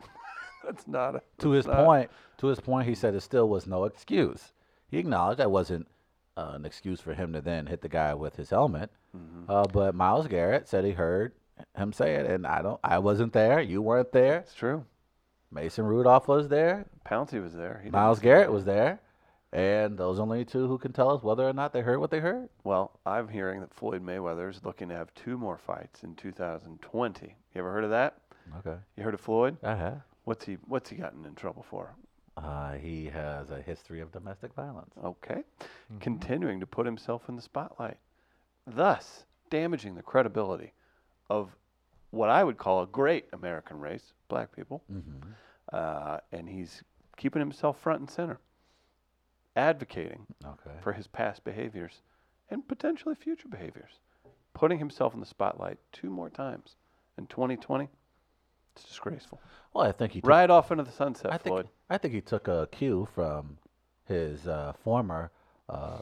Speaker 1: That's not a
Speaker 2: to his
Speaker 1: that's not-
Speaker 2: point, to his point, he said it still was no excuse. He acknowledged that wasn't uh, an excuse for him to then hit the guy with his helmet.
Speaker 1: Mm-hmm.
Speaker 2: Uh, but Miles Garrett said he heard him say it, and I don't. I wasn't there. You weren't there.
Speaker 1: It's true.
Speaker 2: Mason Rudolph was there.
Speaker 1: Pouncey was there. He didn't
Speaker 2: Miles
Speaker 1: say
Speaker 2: Garrett
Speaker 1: that.
Speaker 2: was there, and those are the only two who can tell us whether or not they heard what they heard.
Speaker 1: Well, I'm hearing that Floyd Mayweather is looking to have two more fights in 2020. You ever heard of that?
Speaker 2: Okay.
Speaker 1: You heard of Floyd?
Speaker 2: I have.
Speaker 1: What's he What's he gotten in trouble for?
Speaker 2: Uh, he has a history of domestic violence.
Speaker 1: Okay, continuing to put himself in the spotlight, thus damaging the credibility of what I would call a great American race, black people. Uh, and he's keeping himself front and center, advocating
Speaker 2: Okay.
Speaker 1: for his past behaviors and potentially future behaviors, putting himself in the spotlight two more times in 2020. It's disgraceful.
Speaker 2: Well, I think he took
Speaker 1: Right off into the sunset,
Speaker 2: I think
Speaker 1: Floyd.
Speaker 2: I think he took a cue from his uh, former uh,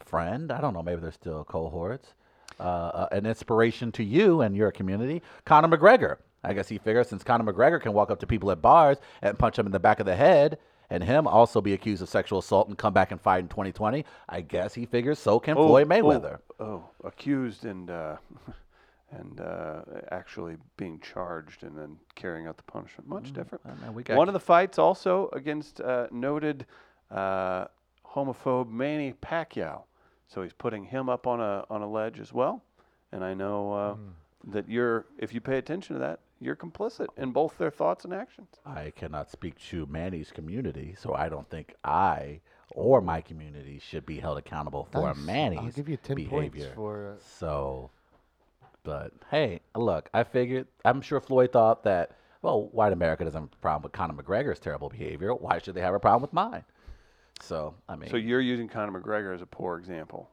Speaker 2: friend. I don't know. Maybe they're still cohorts. Uh, uh, an inspiration to you and your community, Conor McGregor. I guess he figures since Conor McGregor can walk up to people at bars and punch them in the back of the head, and him also be accused of sexual assault and come back and fight in 2020. I guess he figures so can
Speaker 1: Oh,
Speaker 2: Floyd
Speaker 1: oh,
Speaker 2: Mayweather.
Speaker 1: Oh, accused and uh, and uh, actually being charged and then carrying out the punishment. Much different.
Speaker 2: Mm-hmm. I mean, we got
Speaker 1: One of the fights also against uh, noted uh, homophobe Manny Pacquiao. So he's putting him up on a on a ledge as well. And I know uh,
Speaker 2: Mm-hmm.
Speaker 1: that you're if you pay attention to that, you're complicit in both their thoughts and actions.
Speaker 2: I cannot speak to Manny's community, so I don't think I or my community should be held accountable for
Speaker 3: Nice.
Speaker 2: Manny's
Speaker 3: I'll give you 10 points
Speaker 2: behavior.
Speaker 3: for, uh,
Speaker 2: so, but hey, look, I figured. I'm sure Floyd thought that. Well, white America doesn't have a problem with Conor McGregor's terrible behavior. Why should they have a problem with mine? So, I mean,
Speaker 1: So you're using Conor McGregor as a poor example,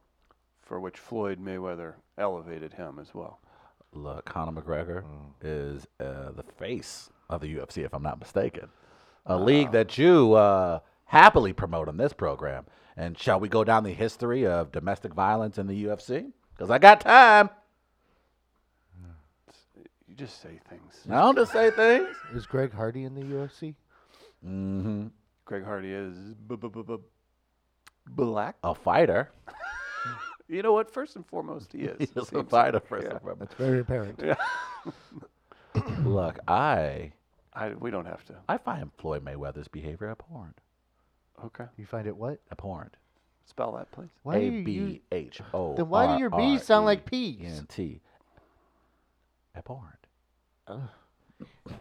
Speaker 1: for which Floyd Mayweather elevated him as well.
Speaker 2: look, Conor McGregor
Speaker 3: Mm.
Speaker 2: is uh, the face of the UFC, if I'm not mistaken. A league that you uh, happily promote on this program. And shall we go down the history of domestic violence in the UFC? Because I got time.
Speaker 1: You just say things.
Speaker 2: I don't just say things.
Speaker 3: uh, Is Greg Hardy in the UFC?
Speaker 1: Greg Hardy is b- b- b- b- black.
Speaker 2: A fighter.
Speaker 1: You know what? First and foremost, he is.
Speaker 2: He is a
Speaker 1: Seems-
Speaker 2: fighter, first and
Speaker 3: That's very apparent.
Speaker 2: foremost. Look, I,
Speaker 1: I, we don't have to.
Speaker 2: I find Floyd Mayweather's behavior abhorrent.
Speaker 1: Okay.
Speaker 3: You find it what?
Speaker 2: Abhorrent.
Speaker 1: Spell that, please.
Speaker 3: Why do
Speaker 2: A
Speaker 3: you use-
Speaker 2: B E, H O. E
Speaker 3: Then why do your B's sound like P's?
Speaker 2: T. Abhorrent.
Speaker 3: All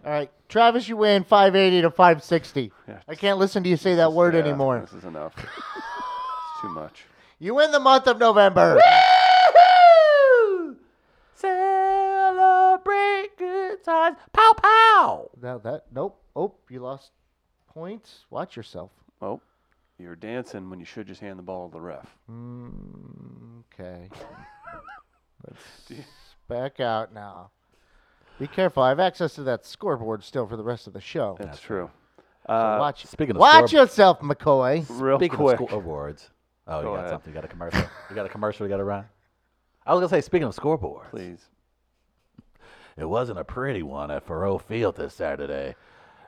Speaker 3: right, Travis, you win 580 to 560.
Speaker 1: Yeah.
Speaker 3: I can't listen to you say that word
Speaker 1: Yeah,
Speaker 3: anymore.
Speaker 1: This is enough. it's too much.
Speaker 3: You win the month of November.
Speaker 2: Celebrate good times. Pow pow.
Speaker 3: Now that nope. Oh, you lost points. Watch yourself.
Speaker 1: Oh, you're dancing when you should just hand the ball to the ref.
Speaker 2: Mm,
Speaker 3: Okay. Let's back out now. Be careful. I have access to that scoreboard still for the rest of the show.
Speaker 1: That's true.
Speaker 3: So watch
Speaker 2: Uh, Speaking of
Speaker 3: watch
Speaker 2: score-
Speaker 3: yourself, McCoy.
Speaker 1: Real
Speaker 2: Speaking
Speaker 1: quick.
Speaker 2: of school awards. Oh,
Speaker 1: Go
Speaker 2: you got
Speaker 1: ahead.
Speaker 2: something. You got a commercial. you got a commercial you got to run. I was going to say, speaking of scoreboards,
Speaker 1: please.
Speaker 2: it wasn't a pretty one at Faroe Field this Saturday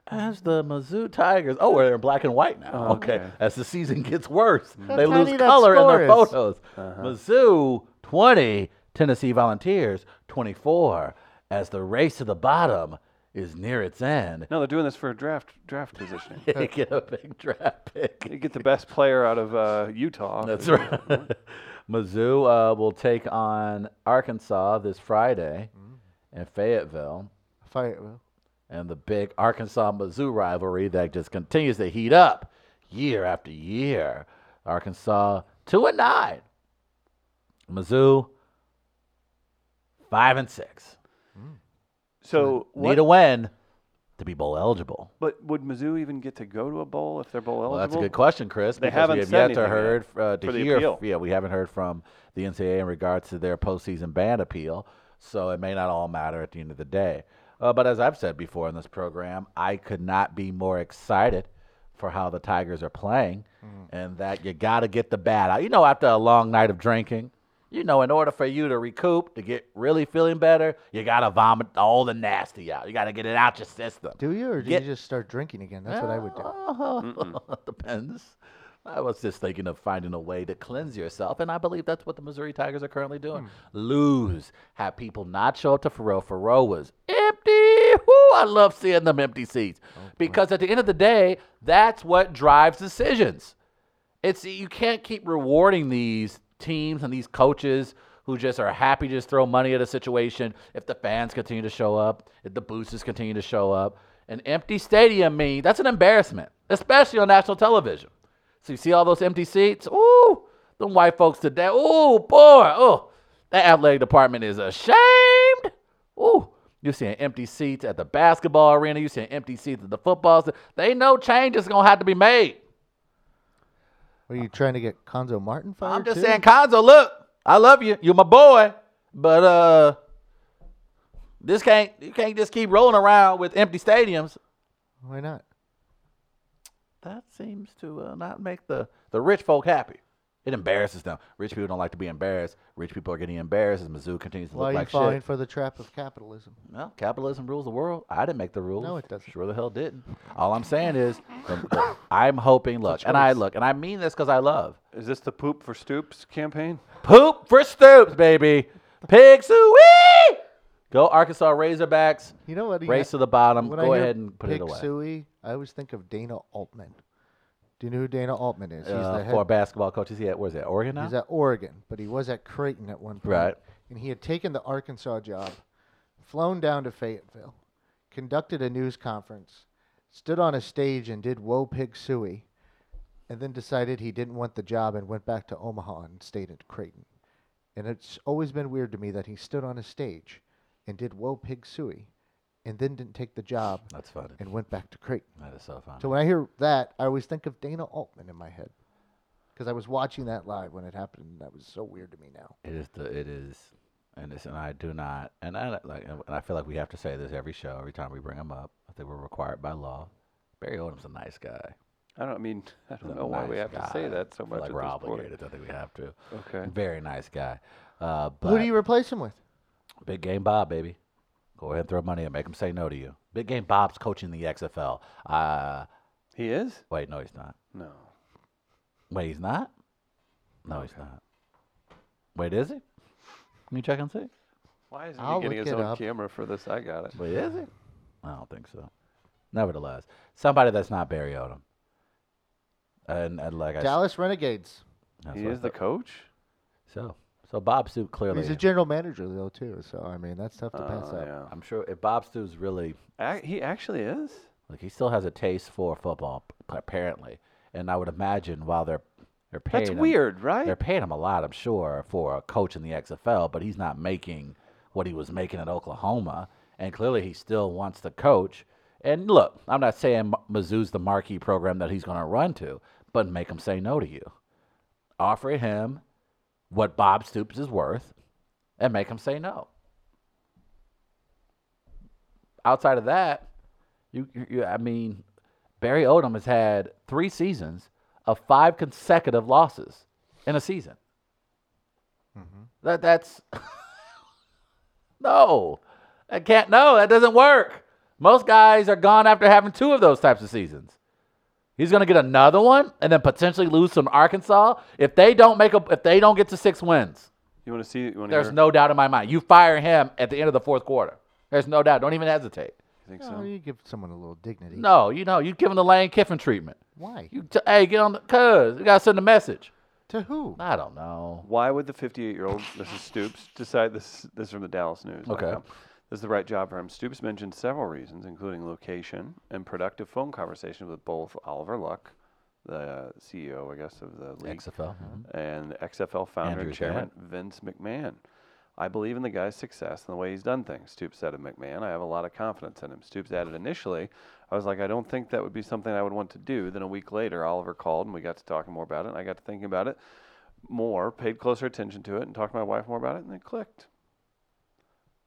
Speaker 2: as the Mizzou Tigers. Oh, we're in black and white now.
Speaker 1: Oh,
Speaker 2: okay.
Speaker 1: okay.
Speaker 2: As the season gets worse,
Speaker 3: That's
Speaker 2: they
Speaker 3: how
Speaker 2: lose
Speaker 3: neat that
Speaker 2: color in their
Speaker 3: score is.
Speaker 2: photos. Mizzou 20, Tennessee Volunteers 24, as the race to the bottom is near its end.
Speaker 1: No, they're doing this for draft draft positioning.
Speaker 2: They get a big draft pick.
Speaker 1: you get the best player out of uh, Utah.
Speaker 2: That's right. Mizzou uh, will take on Arkansas this Friday in Fayetteville.
Speaker 3: Fight. Well,
Speaker 2: and the big Arkansas Mizzou rivalry that just continues to heat up year after year. Arkansas two and nine. Mizzou five and six.
Speaker 1: So what?
Speaker 2: Need a win to be bowl eligible.
Speaker 1: but would Mizzou even get to go to a bowl if they're bowl eligible?
Speaker 2: Well, that's a good question, Chris.
Speaker 1: They
Speaker 2: because
Speaker 1: haven't
Speaker 2: we have
Speaker 1: said
Speaker 2: yet to
Speaker 1: anything
Speaker 2: heard
Speaker 1: yet
Speaker 2: uh, to
Speaker 1: for the
Speaker 2: hear.
Speaker 1: appeal.
Speaker 2: Yeah, we haven't heard from the NCAA in regards to their postseason ban appeal, so it may not all matter at the end of the day. Uh, but as I've said before in this program, I could not be more excited for how the Tigers are playing,
Speaker 1: Mm.
Speaker 2: and that you got to get the bat out. You know, after a long night of drinking. You know, in order for you to recoup, to get really feeling better, you gotta vomit all the nasty out. You gotta get it out your system.
Speaker 3: do you or do
Speaker 2: Get-
Speaker 3: you just start drinking again? That's what I would do.
Speaker 2: Ah. Depends. I was just thinking of finding a way to cleanse yourself, and I believe that's what the Missouri Tigers are currently doing. Lose, have people not show up to Faroe. Faroe was empty. Woo, I love seeing them empty seats because at the end of the day, that's what drives decisions. It's you can't keep rewarding these teams and these coaches who just are happy to just throw money at a situation if the fans continue to show up, if the boosters continue to show up. An empty stadium means that's an embarrassment, especially on national television. So you see all those empty seats? Ooh, them white folks today. Ooh, boy. Oh, that athletic department is ashamed. Ooh, you're seeing empty seats at the basketball arena. You're seeing empty seats at the football. st- They know change is going to have to be made.
Speaker 3: Are you trying to get Conzo Martin fired?
Speaker 2: I'm just
Speaker 3: too?
Speaker 2: saying, Conzo, look, I love you. You're my boy. But uh this can't you can't just keep rolling around with empty stadiums.
Speaker 3: Why not?
Speaker 2: That seems to uh, not make the, the rich folk happy. It embarrasses them. Rich people don't like to be embarrassed. Rich people are getting embarrassed as Mizzou continues to look
Speaker 3: Why are you
Speaker 2: like
Speaker 3: falling
Speaker 2: shit.
Speaker 3: for the trap of capitalism?
Speaker 2: Well, capitalism rules the world. I didn't make the rules.
Speaker 3: No, it doesn't.
Speaker 2: Sure the hell didn't. All I'm saying is, the- the- I'm hoping. Look, and I look, and I mean this because I love.
Speaker 1: Is this the poop for Stoops campaign?
Speaker 2: Poop for Stoops, baby. Pig suey. Go Arkansas Razorbacks.
Speaker 3: You know what? he
Speaker 2: Race
Speaker 3: ha-
Speaker 2: to the bottom.
Speaker 3: When
Speaker 2: Go
Speaker 3: I hear
Speaker 2: ahead and put it
Speaker 3: Pick
Speaker 2: away.
Speaker 3: Suey, I always think of Dana Altman. Do you know who Dana Altman is? He's
Speaker 2: Uh,
Speaker 3: the head.
Speaker 2: for basketball coach, is he at where's that Oregon now?
Speaker 3: He's at Oregon, but he was at Creighton at one point.
Speaker 2: Right.
Speaker 3: And he had taken the Arkansas job, flown down to Fayetteville, conducted a news conference, stood on a stage and did Woe Pig Suey, and then decided he didn't want the job and went back to Omaha and stayed at Creighton. And it's always been weird to me that he stood on a stage and did Woe Pig Suey and then didn't take the job
Speaker 2: That's funny.
Speaker 3: and went back to Creighton.
Speaker 2: That is so funny.
Speaker 3: So when I hear that, I always think of Dana Altman in my head because I was watching that live when it happened, and that was so weird to me now.
Speaker 2: It is the it is, and it's and I do not and I don't- like and I feel like we have to say this every show every time we bring him up. I think we're required by law. Barry Odom's a nice guy.
Speaker 1: I don't I mean. I
Speaker 2: He's
Speaker 1: don't
Speaker 2: a
Speaker 1: know why we
Speaker 2: nice
Speaker 1: have to say
Speaker 2: guy.
Speaker 1: that so
Speaker 2: I feel
Speaker 1: much.
Speaker 2: Like
Speaker 1: at
Speaker 2: we're
Speaker 1: this
Speaker 2: obligated. I think we have to.
Speaker 1: Point. Okay.
Speaker 2: Very nice guy. Uh, but
Speaker 3: Who do you replace him with?
Speaker 2: Big Game Bob, baby. Go ahead and throw money and make him say no to you. Big Game Bob's coaching the XFL. Uh,
Speaker 1: He is?
Speaker 2: wait, no, he's not.
Speaker 1: No.
Speaker 2: Wait, he's not? No, he's not. Wait, is he? Can you check and see?
Speaker 1: Why isn't
Speaker 3: I'll
Speaker 1: he getting
Speaker 3: look
Speaker 1: his
Speaker 3: it
Speaker 1: own
Speaker 3: up.
Speaker 1: camera for this? I got it.
Speaker 2: Wait, is he? I don't think so. Nevertheless, somebody that's not Barry Odom. And, and like I s-
Speaker 3: Dallas Renegades.
Speaker 2: that's
Speaker 1: he
Speaker 2: what I
Speaker 1: is the
Speaker 2: thought.
Speaker 1: coach.
Speaker 2: so so Bob Stoop clearly.
Speaker 3: He's a general manager though too, so I mean that's tough to pass
Speaker 1: Oh,
Speaker 3: up.
Speaker 1: yeah.
Speaker 2: I'm sure if Bob Stoop's really
Speaker 1: Ac- he actually is.
Speaker 2: like he still has a taste for football p- apparently, and I would imagine while they're they're paying
Speaker 1: That's
Speaker 2: him-
Speaker 1: weird,
Speaker 2: They're
Speaker 1: right?
Speaker 2: paying him a lot, I'm sure, for a coach in the XFL, but he's not making what he was making at Oklahoma. And clearly, he still wants to coach. And look, I'm not saying M- Mizzou's the marquee program that he's going to run to, but make him say no to you. Offer him what Bob Stoops is worth and make him say no. Outside of that, you, you, you I mean, Barry Odom has had three seasons of five consecutive losses in a season. That that's no, I can't. No, that doesn't work. Most guys are gone after having two of those types of seasons. He's going to get another one and then potentially lose some Arkansas if they don't make a if they don't get to six wins.
Speaker 1: You want to see? You want to
Speaker 2: There's
Speaker 1: hear?
Speaker 2: no doubt in my mind. You fire him at the end of the fourth quarter. There's no doubt. Don't even hesitate.
Speaker 1: You think
Speaker 3: No,
Speaker 1: so?
Speaker 3: Oh, you give someone a little dignity.
Speaker 2: No, you know you give him the Lane Kiffin treatment.
Speaker 3: Why?
Speaker 2: You t- hey, get on the cuz you got to send a message.
Speaker 3: To who?
Speaker 2: I don't know.
Speaker 1: Why would the 58-year-old, this is Stoops, decide this? This is from the Dallas News. Um,
Speaker 2: Okay.
Speaker 1: This is the right job for him. Stoops mentioned several reasons, including location and productive phone conversations with both Oliver Luck, the CEO, I guess, of the league,
Speaker 2: XFL.
Speaker 1: and XFL founder
Speaker 2: Andrew
Speaker 1: and chairman Vince McMahon. I believe in the guy's success and the way he's done things, Stoops said of McMahon. I have a lot of confidence in him. Stoops added initially, I was like, I don't think that would be something I would want to do. Then a week later, Oliver called and we got to talking more about it. And I got to thinking about it more, paid closer attention to it, and talked to my wife more about it, and it clicked.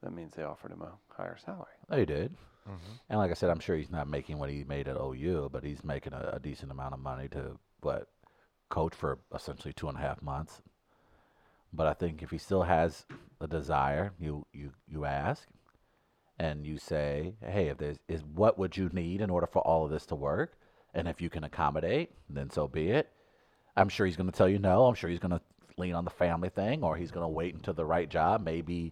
Speaker 1: That means they offered him a higher salary.
Speaker 2: No, he did.
Speaker 3: Mm-hmm.
Speaker 2: And like I said, I'm sure he's not making what he made at OU, but he's making a, a decent amount of money to what coach for essentially two and a half months. But I think if he still has a desire, you you you ask, and you say, hey, if there's is what would you need in order for all of this to work, and if you can accommodate, then so be it. I'm sure he's going to tell you no. I'm sure he's going to lean on the family thing, or he's going to wait until the right job. Maybe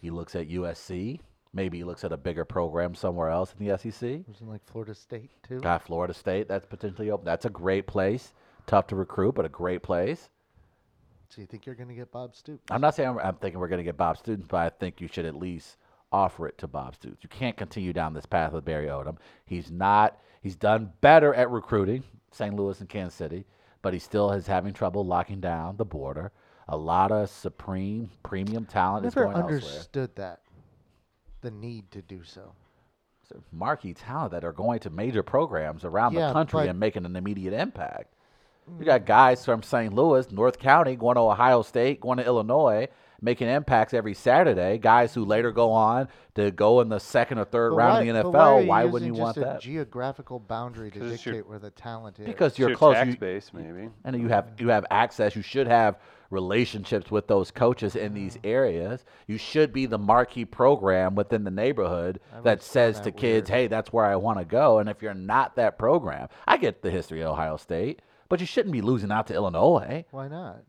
Speaker 2: he looks at USC. Maybe he looks at a bigger program somewhere else in the E SEC.
Speaker 3: Wasn't like Florida State too.
Speaker 2: Got Florida State. That's potentially open. That's a great place. Tough to recruit, but a great place.
Speaker 3: So you think you're gonna get Bob Stoops?
Speaker 2: I'm not saying I'm, I'm thinking we're going to get Bob Students, but I think you should at least offer it to Bob Students. You can't continue down this path with Barry Odom. He's not. He's done better at recruiting St. Louis and Kansas City, but he still is having trouble locking down the border. A lot of supreme premium
Speaker 3: I
Speaker 2: talent is
Speaker 3: never
Speaker 2: going elsewhere.
Speaker 3: understood that. The need to do so.
Speaker 2: So marquee talent that are going to major programs around the
Speaker 3: Yeah,
Speaker 2: country
Speaker 3: but- Hmm.
Speaker 2: and making an immediate impact. You got guys from St. Louis, North County, going to Ohio State, going to Illinois, making impacts every Saturday. Guys who later go on to go in the second or third
Speaker 3: But
Speaker 2: round
Speaker 3: why-
Speaker 2: of the
Speaker 3: but
Speaker 2: NFL.
Speaker 3: are
Speaker 2: Why,
Speaker 3: using
Speaker 2: wouldn't you
Speaker 3: just
Speaker 2: want
Speaker 3: a
Speaker 2: that?
Speaker 3: geographical boundary to
Speaker 1: 'Cause it's
Speaker 3: dictate
Speaker 1: your-
Speaker 3: where the talent is?
Speaker 2: because
Speaker 1: It's
Speaker 2: you're
Speaker 1: your
Speaker 2: close.
Speaker 1: tax
Speaker 2: you-
Speaker 1: base, maybe.
Speaker 2: and you have you have access. You should have relationships with those coaches in these areas. You should be the marquee program within the neighborhood that says to
Speaker 3: that
Speaker 2: kids, "Hey, that's where I want to go." And if you're not that program, I get the history of Ohio State, but you shouldn't be losing out to Illinois
Speaker 3: why not?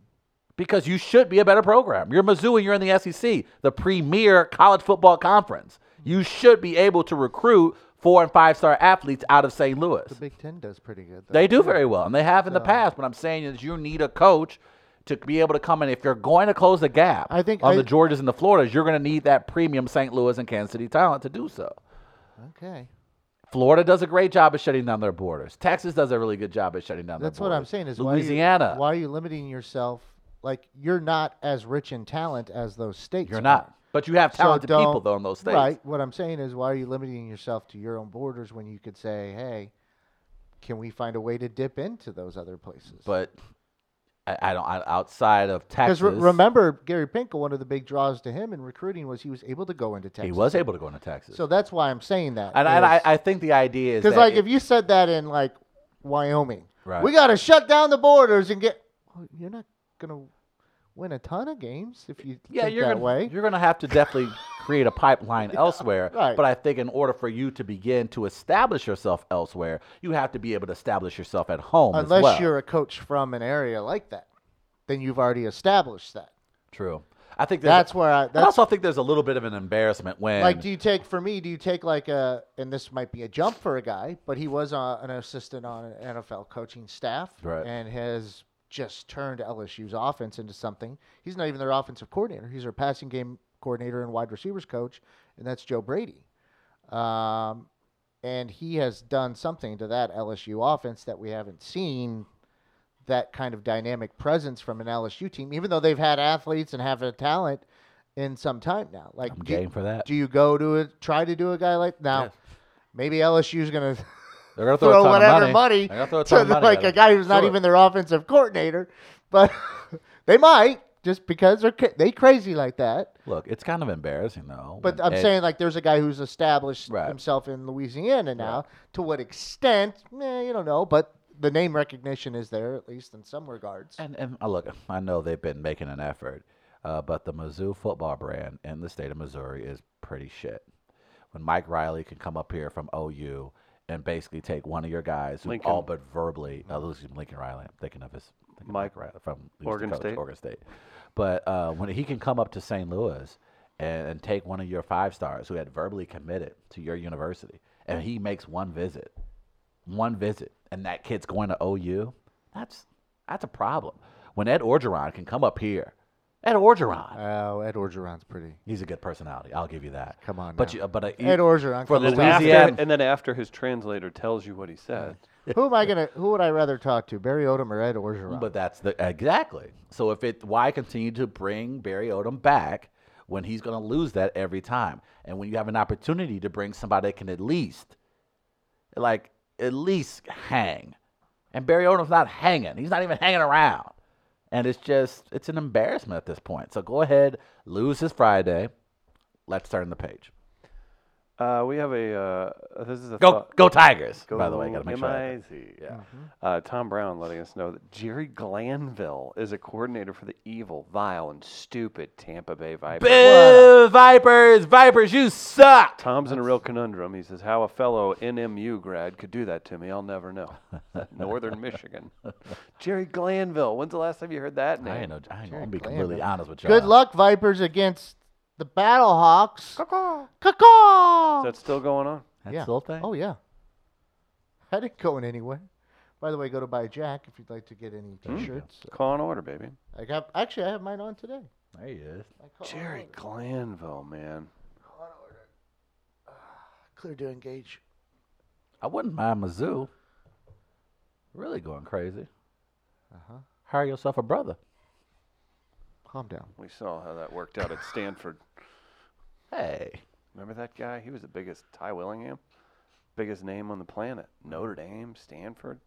Speaker 2: because you should be a better program. You're Mizzou and you're in the SEC, the premier college football conference. You should be able to recruit four and five star athletes out of St. Louis.
Speaker 3: The Big Ten does pretty good. Though.
Speaker 2: They do very well, and they have in the past. What I'm saying is, you need a coach to be able to come in. If you're going to close the gap
Speaker 3: I think
Speaker 2: on
Speaker 3: I-
Speaker 2: the Georgias and the Floridas, you're going to need that premium St. Louis and Kansas City talent to do so.
Speaker 3: Okay,
Speaker 2: Florida does a great job at shutting down their borders. Texas does a really good job at shutting down
Speaker 3: that's
Speaker 2: their
Speaker 3: what
Speaker 2: borders.
Speaker 3: I'm saying. Is
Speaker 2: Louisiana.
Speaker 3: Why are you, why are you limiting yourself? Like you're not as rich in talent as those states.
Speaker 2: You're
Speaker 3: are.
Speaker 2: not, but you have
Speaker 3: So
Speaker 2: talented people
Speaker 3: don't-
Speaker 2: though in those states.
Speaker 3: Right. What I'm saying is, why are you limiting yourself to your own borders when you could say, "Hey, can we find a way to dip into those other places?"
Speaker 2: But I, I don't. I, outside of Texas,
Speaker 3: because re- remember, Gary Pinkel, one of the big draws to him in recruiting was he was able to go into Texas.
Speaker 2: he was able to go into Texas.
Speaker 3: So that's why I'm saying that.
Speaker 2: and, I- and I, I think the idea is
Speaker 3: because
Speaker 2: that
Speaker 3: like
Speaker 2: it-
Speaker 3: if you said that in like Wyoming,
Speaker 2: Right.
Speaker 3: we got to shut down the borders and get. Well, you're not gonna win a ton of games if you
Speaker 2: yeah,
Speaker 3: think
Speaker 2: you're
Speaker 3: that
Speaker 2: gonna,
Speaker 3: way.
Speaker 2: You're going to have to definitely create a pipeline elsewhere.
Speaker 3: right.
Speaker 2: But I think in order for you to begin to establish yourself elsewhere, you have to be able to establish yourself at home. as
Speaker 3: Unless
Speaker 2: well.
Speaker 3: you're a coach from an area like that, then you've already established that.
Speaker 2: true. I think there's a-
Speaker 3: That's where I.
Speaker 2: I
Speaker 3: That's
Speaker 2: also think there's a little bit of an embarrassment when
Speaker 3: like do you take for me do you take like a and this might be a jump for a guy but he was uh an assistant on an nfl coaching staff
Speaker 2: Right.
Speaker 3: and has just turned lsu's offense into something he's not even their offensive coordinator he's their passing game coordinator and wide receivers coach and that's joe brady um, and he has done something to that lsu offense that we haven't seen that kind of dynamic presence from an lsu team even though they've had athletes and have a talent in some time now like
Speaker 2: I'm
Speaker 3: do you-
Speaker 2: game for that.
Speaker 3: do you go to it? Try to do a guy like now?
Speaker 2: Yes.
Speaker 3: Maybe LSU's gonna
Speaker 2: They're going to
Speaker 3: throw,
Speaker 2: throw, a ton
Speaker 3: whatever
Speaker 2: of
Speaker 3: money,
Speaker 2: money. They're gonna throw a
Speaker 3: to
Speaker 2: ton of money
Speaker 3: like
Speaker 2: at
Speaker 3: a
Speaker 2: him.
Speaker 3: guy who's not
Speaker 2: Sure.
Speaker 3: even their offensive coordinator, but they might just because they're ca- they crazy like that.
Speaker 2: Look, it's kind of embarrassing though.
Speaker 3: But
Speaker 2: when
Speaker 3: I'm
Speaker 2: Ed-
Speaker 3: saying like there's a guy who's established
Speaker 2: Right.
Speaker 3: himself in Louisiana now. To what extent? Eh, you don't know, but the name recognition is there at least in some regards.
Speaker 2: And, and uh, look, I know they've been making an effort, uh, but the Mizzou football brand in the state of Missouri is pretty shit. when Mike Riley can come up here from OU and basically take one of your guys who all
Speaker 1: Lincoln.
Speaker 2: but verbally, uh, excuse me, Lincoln Riley, I'm thinking of his thinking of
Speaker 1: Mike
Speaker 2: Riley from who's the
Speaker 1: Oregon
Speaker 2: coach,
Speaker 1: State.
Speaker 2: Oregon State. But uh, when he can come up to St. Louis and, and take one of your five stars who had verbally committed to your university, and he makes one visit, one visit, and that kid's going to OU, that's that's a problem. When Ed Orgeron can come up here, Ed Orgeron,
Speaker 3: Oh, Ed Orgeron's pretty.
Speaker 2: he's a good personality. I'll give you that.
Speaker 3: Come on
Speaker 2: but
Speaker 3: now.
Speaker 2: you, uh, but uh,
Speaker 3: Ed Orgeron.
Speaker 2: for
Speaker 3: comes
Speaker 1: And then,
Speaker 3: down.
Speaker 1: after,
Speaker 2: Louisiana-
Speaker 1: and then after his translator tells you what he said,
Speaker 3: who am I gonna? Who would I rather talk to, Barry Odom or Ed Orgeron?
Speaker 2: But that's the exactly. So if it why continue to bring Barry Odom back when he's going to lose that every time, and when you have an opportunity to bring somebody that can at least, like at least hang, and Barry Odom's not hanging. He's not even hanging around, and it's just it's an embarrassment at this point. So go ahead, lose this Friday. Let's turn the page.
Speaker 1: uh, we have a. Uh, this is a
Speaker 2: Go
Speaker 1: thought-
Speaker 2: go Tigers! by the way,
Speaker 1: Go
Speaker 2: gotta make sure. I-
Speaker 1: M-I-Z, yeah. Uh, Tom Brown letting us know that Jerry Glanville is a coordinator for the evil, vile, and stupid Tampa Bay Vipers.
Speaker 2: Boo! Vipers! Vipers! You suck!
Speaker 1: Tom's in a real conundrum. He says, "How a fellow NMU grad could do that to me, I'll never know." Northern Michigan. Jerry Glanville. When's the last time you heard that name?
Speaker 2: I ain't no, I ain't gonna
Speaker 3: Jerry
Speaker 2: be
Speaker 3: Glanville.
Speaker 2: completely honest with you.
Speaker 3: Good luck, Vipers, against the Battlehawks. Caw-caw.
Speaker 1: Is that still going on?
Speaker 2: That's
Speaker 3: yeah.
Speaker 2: the whole thing.
Speaker 3: Oh yeah. That ain't going anywhere. By the way, go to buy Jack if you'd like to get any T-shirts.
Speaker 1: Call and order, baby.
Speaker 3: I got actually I have mine on today.
Speaker 2: there he is.
Speaker 3: I call-
Speaker 1: Jerry Glanville, man.
Speaker 3: Clear to engage.
Speaker 2: I wouldn't mind Mizzou. Really going crazy.
Speaker 3: Uh huh.
Speaker 2: Hire yourself a brother.
Speaker 3: Calm down.
Speaker 1: We saw how that worked out at Stanford.
Speaker 2: Hey,
Speaker 1: Remember that guy? He was the biggest Ty Willingham, biggest name on the planet. Notre Dame, Stanford.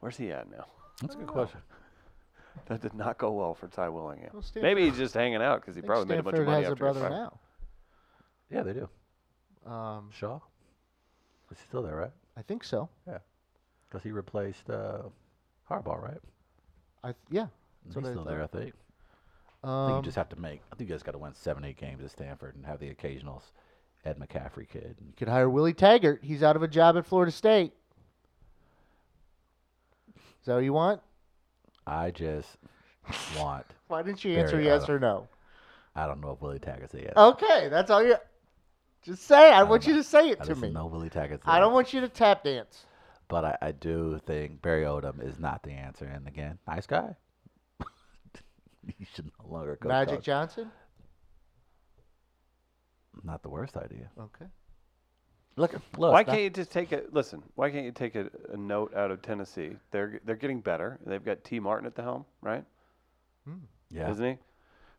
Speaker 1: Where's he at now?
Speaker 2: that's a
Speaker 3: Oh.
Speaker 2: good question.
Speaker 1: That did not go well for Ty Willingham.
Speaker 3: Well,
Speaker 1: Maybe he's just hanging out because he
Speaker 3: I think
Speaker 1: probably made a bunch of
Speaker 3: Stanford
Speaker 1: money
Speaker 3: has a
Speaker 1: after he
Speaker 3: brother
Speaker 1: fired.
Speaker 3: now.
Speaker 2: Yeah, they do.
Speaker 3: Um,
Speaker 2: Shaw, is he still there, right?
Speaker 3: I think so.
Speaker 2: Because he replaced uh, Harbaugh, right?
Speaker 3: I th- yeah.
Speaker 2: He's
Speaker 3: that's what I
Speaker 2: still there, I
Speaker 3: thought.
Speaker 2: think. I think
Speaker 3: Um,
Speaker 2: you just have to make. I think you guys got to win seven, eight games at Stanford and have the occasional s- Ed McCaffrey kid. And
Speaker 3: you could hire Willie Taggart. He's out of a job at Florida State. Is that what you want?
Speaker 2: I just want.
Speaker 3: Why didn't you
Speaker 2: Barry
Speaker 3: answer yes
Speaker 2: Odom.
Speaker 3: or no?
Speaker 2: I don't know if Willie Taggart's the yes.
Speaker 3: Okay, that's all you. Just say. It. I,
Speaker 2: don't
Speaker 3: want you
Speaker 2: know.
Speaker 3: to say it
Speaker 2: I
Speaker 3: to
Speaker 2: just
Speaker 3: me.
Speaker 2: know Willie Taggart's the
Speaker 3: I
Speaker 2: yes.
Speaker 3: don't want you to tap dance.
Speaker 2: But I, I do think Barry Odom is not the answer. And again, nice guy. he should no longer go.
Speaker 3: Magic
Speaker 2: coach.
Speaker 3: Johnson.
Speaker 2: Not the worst idea.
Speaker 3: Okay.
Speaker 2: Look, look.
Speaker 1: Why
Speaker 2: it's not-
Speaker 1: can't you just take a listen? Why can't you take a, a note out of Tennessee? They're they're getting better. They've got T. Martin at the helm, right?
Speaker 2: Yeah.
Speaker 1: Isn't he?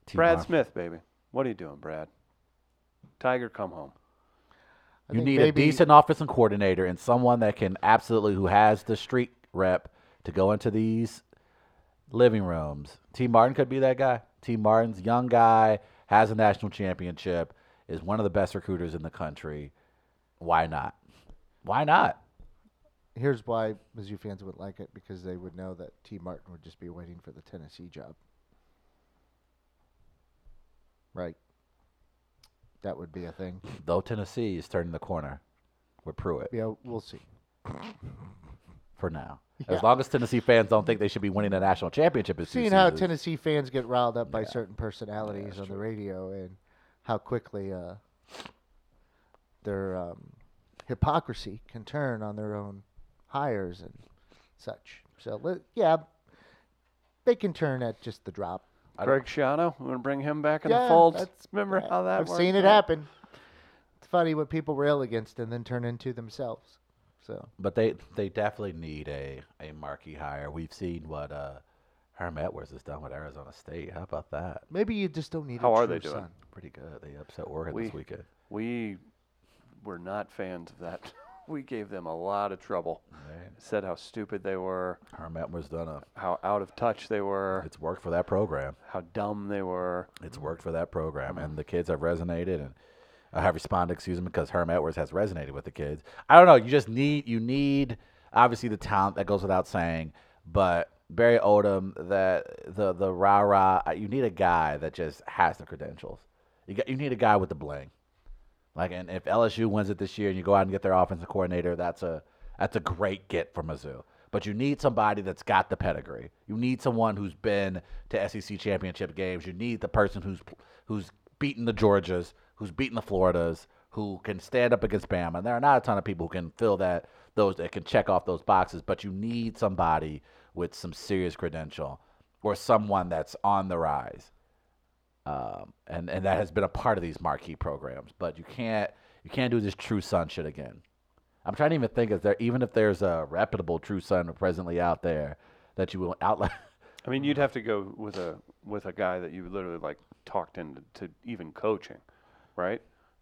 Speaker 2: T.
Speaker 1: Brad
Speaker 2: Martin.
Speaker 1: Smith, baby. What are you doing, Brad? Tiger, come home.
Speaker 3: I
Speaker 2: You
Speaker 3: think
Speaker 2: need a
Speaker 3: maybe-
Speaker 2: decent offensive coordinator and someone that can absolutely who has the street rep to go into these living rooms. T. Martin could be that guy. T. Martin's a young guy has a national championship, is one of the best recruiters in the country. Why not? Why not?
Speaker 3: Here's why Mizzou fans would like it because they would know that T. Martin would just be waiting for the Tennessee job. Right. That would be a thing.
Speaker 2: Though Tennessee is turning the corner with Pruitt.
Speaker 3: Yeah, we'll see.
Speaker 2: for now.
Speaker 3: Yeah.
Speaker 2: As long as Tennessee fans don't think they should be winning a national championship, it's
Speaker 3: Seeing how Tennessee fans get riled up by certain personalities
Speaker 2: that's
Speaker 3: on the radio and how quickly uh, their um, hypocrisy can turn on their own hires and such. So, let, yeah, they can turn at just the drop.
Speaker 1: Greg Schiano, we want to bring him back in
Speaker 3: Yeah,
Speaker 1: the fold.
Speaker 3: that's-
Speaker 1: Remember
Speaker 3: I-
Speaker 1: how that?
Speaker 3: I've seen
Speaker 1: worked
Speaker 3: it
Speaker 1: out?
Speaker 3: happen. It's funny what people rail against and then turn into themselves. So
Speaker 2: but they they definitely need a a marquee hire. We've seen what uh, Herm Edwards has done with Arizona State. How about that?
Speaker 3: maybe you just don't need.
Speaker 1: How
Speaker 3: a
Speaker 1: are
Speaker 3: true
Speaker 1: they doing?
Speaker 3: son.
Speaker 2: Pretty good. They upset Oregon
Speaker 1: We-
Speaker 2: this weekend.
Speaker 1: We were not fans of that. we gave them a lot of trouble.
Speaker 2: Right.
Speaker 1: Said how stupid they were,
Speaker 2: Herm Edwards done a.
Speaker 1: how out of touch they were,
Speaker 2: It's worked for that program.
Speaker 1: how dumb they were.
Speaker 2: It's worked for that program, and the kids have resonated and I have responded. Excuse me, because Herm Edwards has resonated with the kids. I don't know. You just need you need obviously the talent that goes without saying, but Barry Odom, that the the rah rah. You need a guy that just has the credentials. You got you need a guy with the bling. Like, and if LSU wins it this year and you go out and get their offensive coordinator, that's a that's a great get for Mizzou. But you need somebody that's got the pedigree. You need someone who's been to SEC championship games. You need the person who's who's beaten the Georgias, who's beaten the Floridas, who can stand up against Bama. And there are not a ton of people who can fill that those that can check off those boxes. But you need somebody with some serious credential or someone that's on the rise um, and and that has been a part of these marquee programs. But you can't you can't do this True Sun shit again. I'm trying to even think is there even if there's a reputable True Sun presently out there that you will outline.
Speaker 1: I mean, you'd have to go with a with a guy that you literally like talked into to even coaching, right?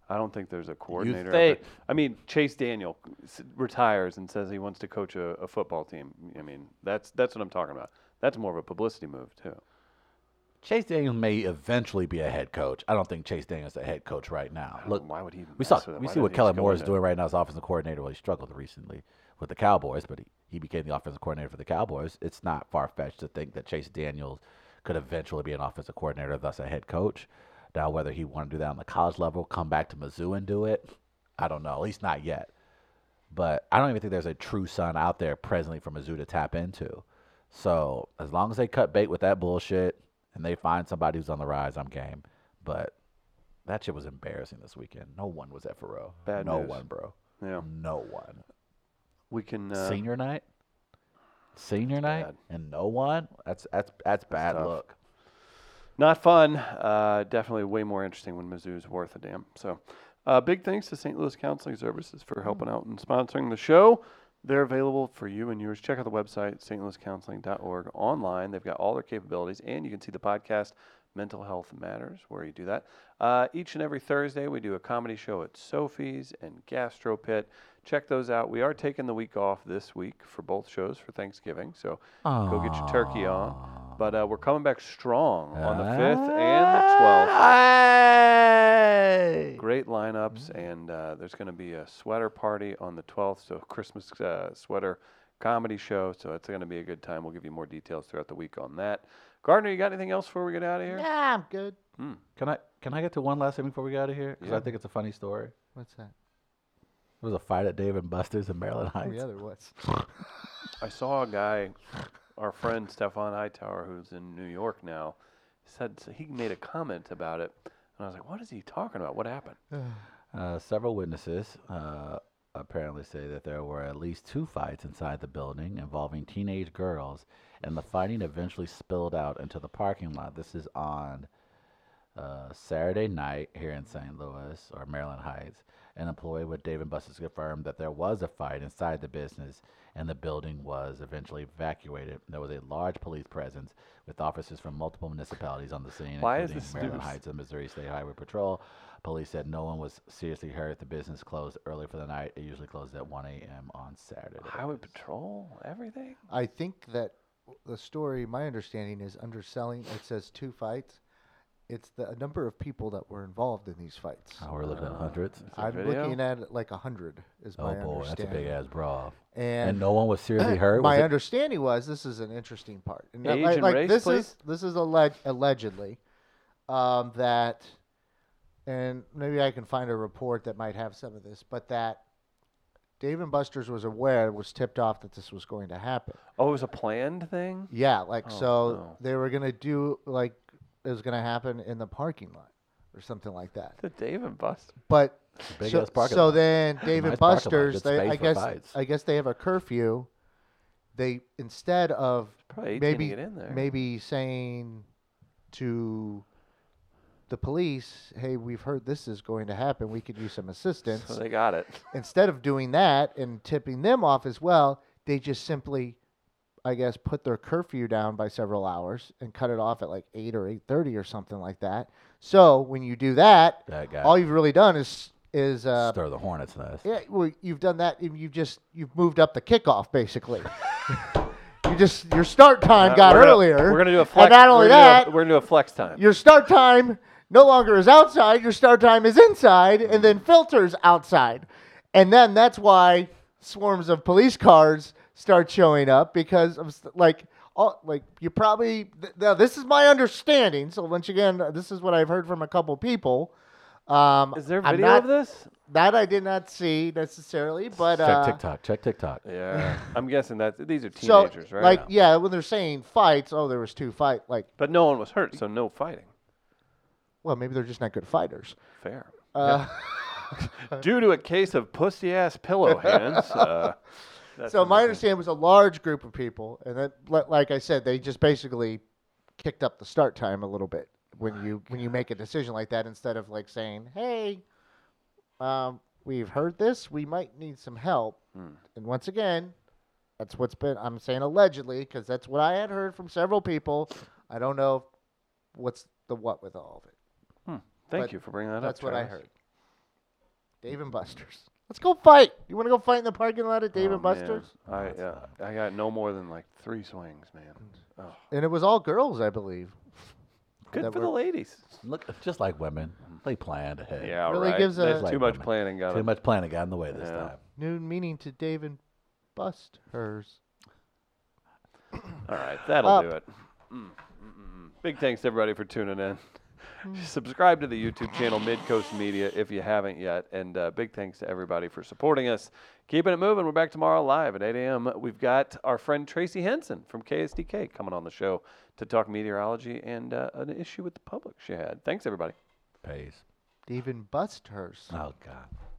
Speaker 1: I don't think there's a coordinator. out there.
Speaker 2: think-
Speaker 1: I mean, Chase Daniel s- retires and says he wants to coach a, a football team. I mean, that's that's what I'm talking about. That's more of a publicity move too.
Speaker 2: Chase Daniels may eventually be a head coach. I don't think Chase Daniels is a head coach right now.
Speaker 1: I don't
Speaker 2: Look,
Speaker 1: know, why would he?
Speaker 2: we saw
Speaker 1: mess with it?
Speaker 2: we
Speaker 1: Why
Speaker 2: see
Speaker 1: doesn't
Speaker 2: what
Speaker 1: he
Speaker 2: Kellen
Speaker 1: just go
Speaker 2: Moore
Speaker 1: in
Speaker 2: is
Speaker 1: there?
Speaker 2: doing right now as offensive coordinator. Well, he struggled recently with the Cowboys, but he, he became the offensive coordinator for the Cowboys. It's not far fetched to think that Chase Daniels could eventually be an offensive coordinator, thus a head coach. Now, whether he want to do that on the college level, come back to Mizzou and do it, I don't know. At least not yet. But I don't even think there's a true son out there presently for Mizzou to tap into. So as long as they cut bait with that bullshit and they find somebody who's on the rise, I'm game. But that shit was embarrassing this weekend. No one was at Faroe.
Speaker 1: Bad
Speaker 2: no
Speaker 1: news.
Speaker 2: one, bro.
Speaker 1: Yeah,
Speaker 2: No one.
Speaker 1: we can. Uh,
Speaker 2: Senior night, senior night,
Speaker 1: bad.
Speaker 2: and no one. That's that's that's bad
Speaker 1: tough.
Speaker 2: look.
Speaker 1: Not fun. Uh, definitely way more interesting when Mizzou's worth a damn. So, uh, big thanks to St. Louis Counseling Services for helping out and sponsoring the show. They're available for you and yours. Check out the website, stlouiscounseling.org, online. They've got all their capabilities, and you can see the podcast, Mental Health Matters, where you do that. Uh, each and every Thursday, we do a comedy show at Sophie's and Gastro Pit. Check those out. We are taking the week off this week for both shows for Thanksgiving. So, go get your turkey on. But uh, we're coming back strong on the 5th and the 12th.
Speaker 2: twelfth.
Speaker 1: Great lineups, and uh, there's going to be a sweater party on the 12th, so Christmas uh, sweater comedy show. So it's going to be a good time. We'll give you more details throughout the week on that. Gardner, you got anything else before we get out of here?
Speaker 3: Nah, I'm good.
Speaker 2: Can I can I get to one last thing before we get out of here? Because
Speaker 1: Yeah.
Speaker 2: I think it's a funny story.
Speaker 3: What's that?
Speaker 2: There was a fight at Dave and Buster's in Maryland
Speaker 3: Oh,
Speaker 2: Heights.
Speaker 3: yeah, there was.
Speaker 1: I saw a guy, our friend Stefan Hightower, who's in New York now, said he made a comment about it. And I was like, what is he talking about? What happened?
Speaker 2: Uh, several witnesses uh, apparently say that there were at least two fights inside the building involving teenage girls, and the fighting eventually spilled out into the parking lot. This is on uh, Saturday night here in St. Louis or Maryland Heights. An employee with Dave and Buster's confirmed that there was a fight inside the business, and the building was eventually evacuated. There was a large police presence with officers from multiple municipalities on the scene,
Speaker 1: Why is
Speaker 2: including
Speaker 1: this
Speaker 2: Maryland
Speaker 1: news?
Speaker 2: Heights to Missouri State Highway Patrol. Police said no one was seriously hurt. The business closed early for the night. It usually closes at 1 a.m. on Saturday.
Speaker 1: Highway Patrol? Everything?
Speaker 3: I think that the story, my understanding is underselling. It says two fights. It's the number of people that were involved in these fights.
Speaker 2: Oh, we're looking at hundreds.
Speaker 1: Is there
Speaker 3: I'm
Speaker 1: video?
Speaker 3: looking at it like a hundred is
Speaker 2: Oh
Speaker 3: my
Speaker 2: boy, that's a
Speaker 3: understanding.
Speaker 2: big ass brawl.
Speaker 3: And,
Speaker 2: And, no one was seriously hurt. Was
Speaker 3: my
Speaker 2: it-
Speaker 3: understanding was this is an interesting part. And
Speaker 1: Age
Speaker 3: like,
Speaker 1: and
Speaker 3: like,
Speaker 1: race,
Speaker 3: this
Speaker 1: please?
Speaker 3: is this is alleg- allegedly um, that, and maybe I can find a report that might have some of this, but that Dave and Buster's was aware was tipped off that this was going to happen.
Speaker 1: Oh, it was a planned thing?
Speaker 3: Yeah, like
Speaker 1: Oh,
Speaker 3: so
Speaker 1: no.
Speaker 3: they were gonna do like it was gonna happen in the parking lot or something like that.
Speaker 1: The Dave and Buster.
Speaker 3: But
Speaker 2: big
Speaker 3: so,
Speaker 2: ass parking
Speaker 3: so
Speaker 2: lot.
Speaker 3: then Dave
Speaker 2: Nice parking lot,
Speaker 3: and Buster's,
Speaker 2: good
Speaker 3: they,
Speaker 2: space
Speaker 3: I
Speaker 2: for
Speaker 3: guess
Speaker 2: fights.
Speaker 3: I guess they have a curfew. They instead of
Speaker 1: Probably 18
Speaker 3: maybe
Speaker 1: to get in there.
Speaker 3: maybe saying to the police, "Hey, we've heard this is going to happen. We could use some assistance."
Speaker 1: So they got it.
Speaker 3: instead of doing that and tipping them off as well, they just simply, I guess, put their curfew down by several hours and cut it off at like eight or eight thirty or something like that. So when you do that,
Speaker 2: that guy
Speaker 3: all you've really done is is uh,
Speaker 2: stir the hornet's nest.
Speaker 3: yeah, well, you've done that. and You've just you've moved up the kickoff basically. you just your start time
Speaker 1: Uh,
Speaker 3: got
Speaker 1: we're gonna-
Speaker 3: earlier.
Speaker 1: we're gonna do a flex.
Speaker 3: And not only
Speaker 1: we're gonna do a-
Speaker 3: that,
Speaker 1: we're gonna do a flex time.
Speaker 3: your start time no longer is outside. Your start time is inside, and then filters outside, and then that's why swarms of police cars start showing up because of s- like. All, like you probably th- now this is my understanding so once again this is what i've heard from a couple people Um,
Speaker 1: Is there
Speaker 3: I'm
Speaker 1: video
Speaker 3: not-
Speaker 1: of this?
Speaker 3: That I did not see necessarily, but
Speaker 2: check
Speaker 3: uh,
Speaker 2: TikTok. Check TikTok.
Speaker 1: Yeah, I'm guessing that these are
Speaker 3: so
Speaker 1: teenagers, right?
Speaker 3: like yeah, when they're saying fights, oh, there was two fight. Like,
Speaker 1: but no one was hurt, so no fighting.
Speaker 3: well, maybe they're just not good fighters.
Speaker 1: Fair.
Speaker 3: Uh,
Speaker 1: Due to a case of pussy ass pillow hands. Uh, that's
Speaker 3: so my
Speaker 1: another-
Speaker 3: understanding was a large group of people, and that, li- like I said, they just basically kicked up the start time a little bit when you when you make a decision like that instead of like saying, hey, um, we've heard this, we might need some help,
Speaker 1: Hmm.
Speaker 3: and once again. That's what's been. I'm saying allegedly because that's what I had heard from several people. I don't know what's the what with all of it.
Speaker 1: Thank
Speaker 3: but
Speaker 1: you for bringing that
Speaker 3: That's
Speaker 1: up.
Speaker 3: what I
Speaker 1: Travis.
Speaker 3: heard. Dave and Buster's. Let's go fight. You want to go fight in the parking lot at Dave
Speaker 1: Oh,
Speaker 3: and Buster's?
Speaker 1: man. I yeah, I got no more than like three swings, man. Oh.
Speaker 3: And it was all girls, I believe.
Speaker 1: Good
Speaker 3: Mm. That
Speaker 1: for the
Speaker 3: were-
Speaker 1: ladies.
Speaker 2: Look, just like women, they planned ahead.
Speaker 1: Yeah,
Speaker 3: Really
Speaker 1: right.
Speaker 3: gives
Speaker 1: There's
Speaker 3: a-
Speaker 1: too
Speaker 2: Like
Speaker 1: much
Speaker 2: women.
Speaker 1: planning got
Speaker 2: Too
Speaker 1: it.
Speaker 2: much planning got in the way this
Speaker 1: Yeah.
Speaker 2: time.
Speaker 3: New meaning to Dave and Buster's.
Speaker 1: All right, that'll
Speaker 3: Up.
Speaker 1: do it. Mm, mm, mm, mm. Big thanks to everybody for tuning in. Subscribe to the YouTube channel Midcoast Media if you haven't yet, and uh, big thanks to everybody for supporting us. Keeping it moving. We're back tomorrow live at 8 a.m. We've got our friend Tracy Henson from KSDK coming on the show to talk meteorology and uh, an issue with the public she had. Thanks everybody.
Speaker 2: Pays.
Speaker 3: Dave and Buster's.
Speaker 2: Oh God.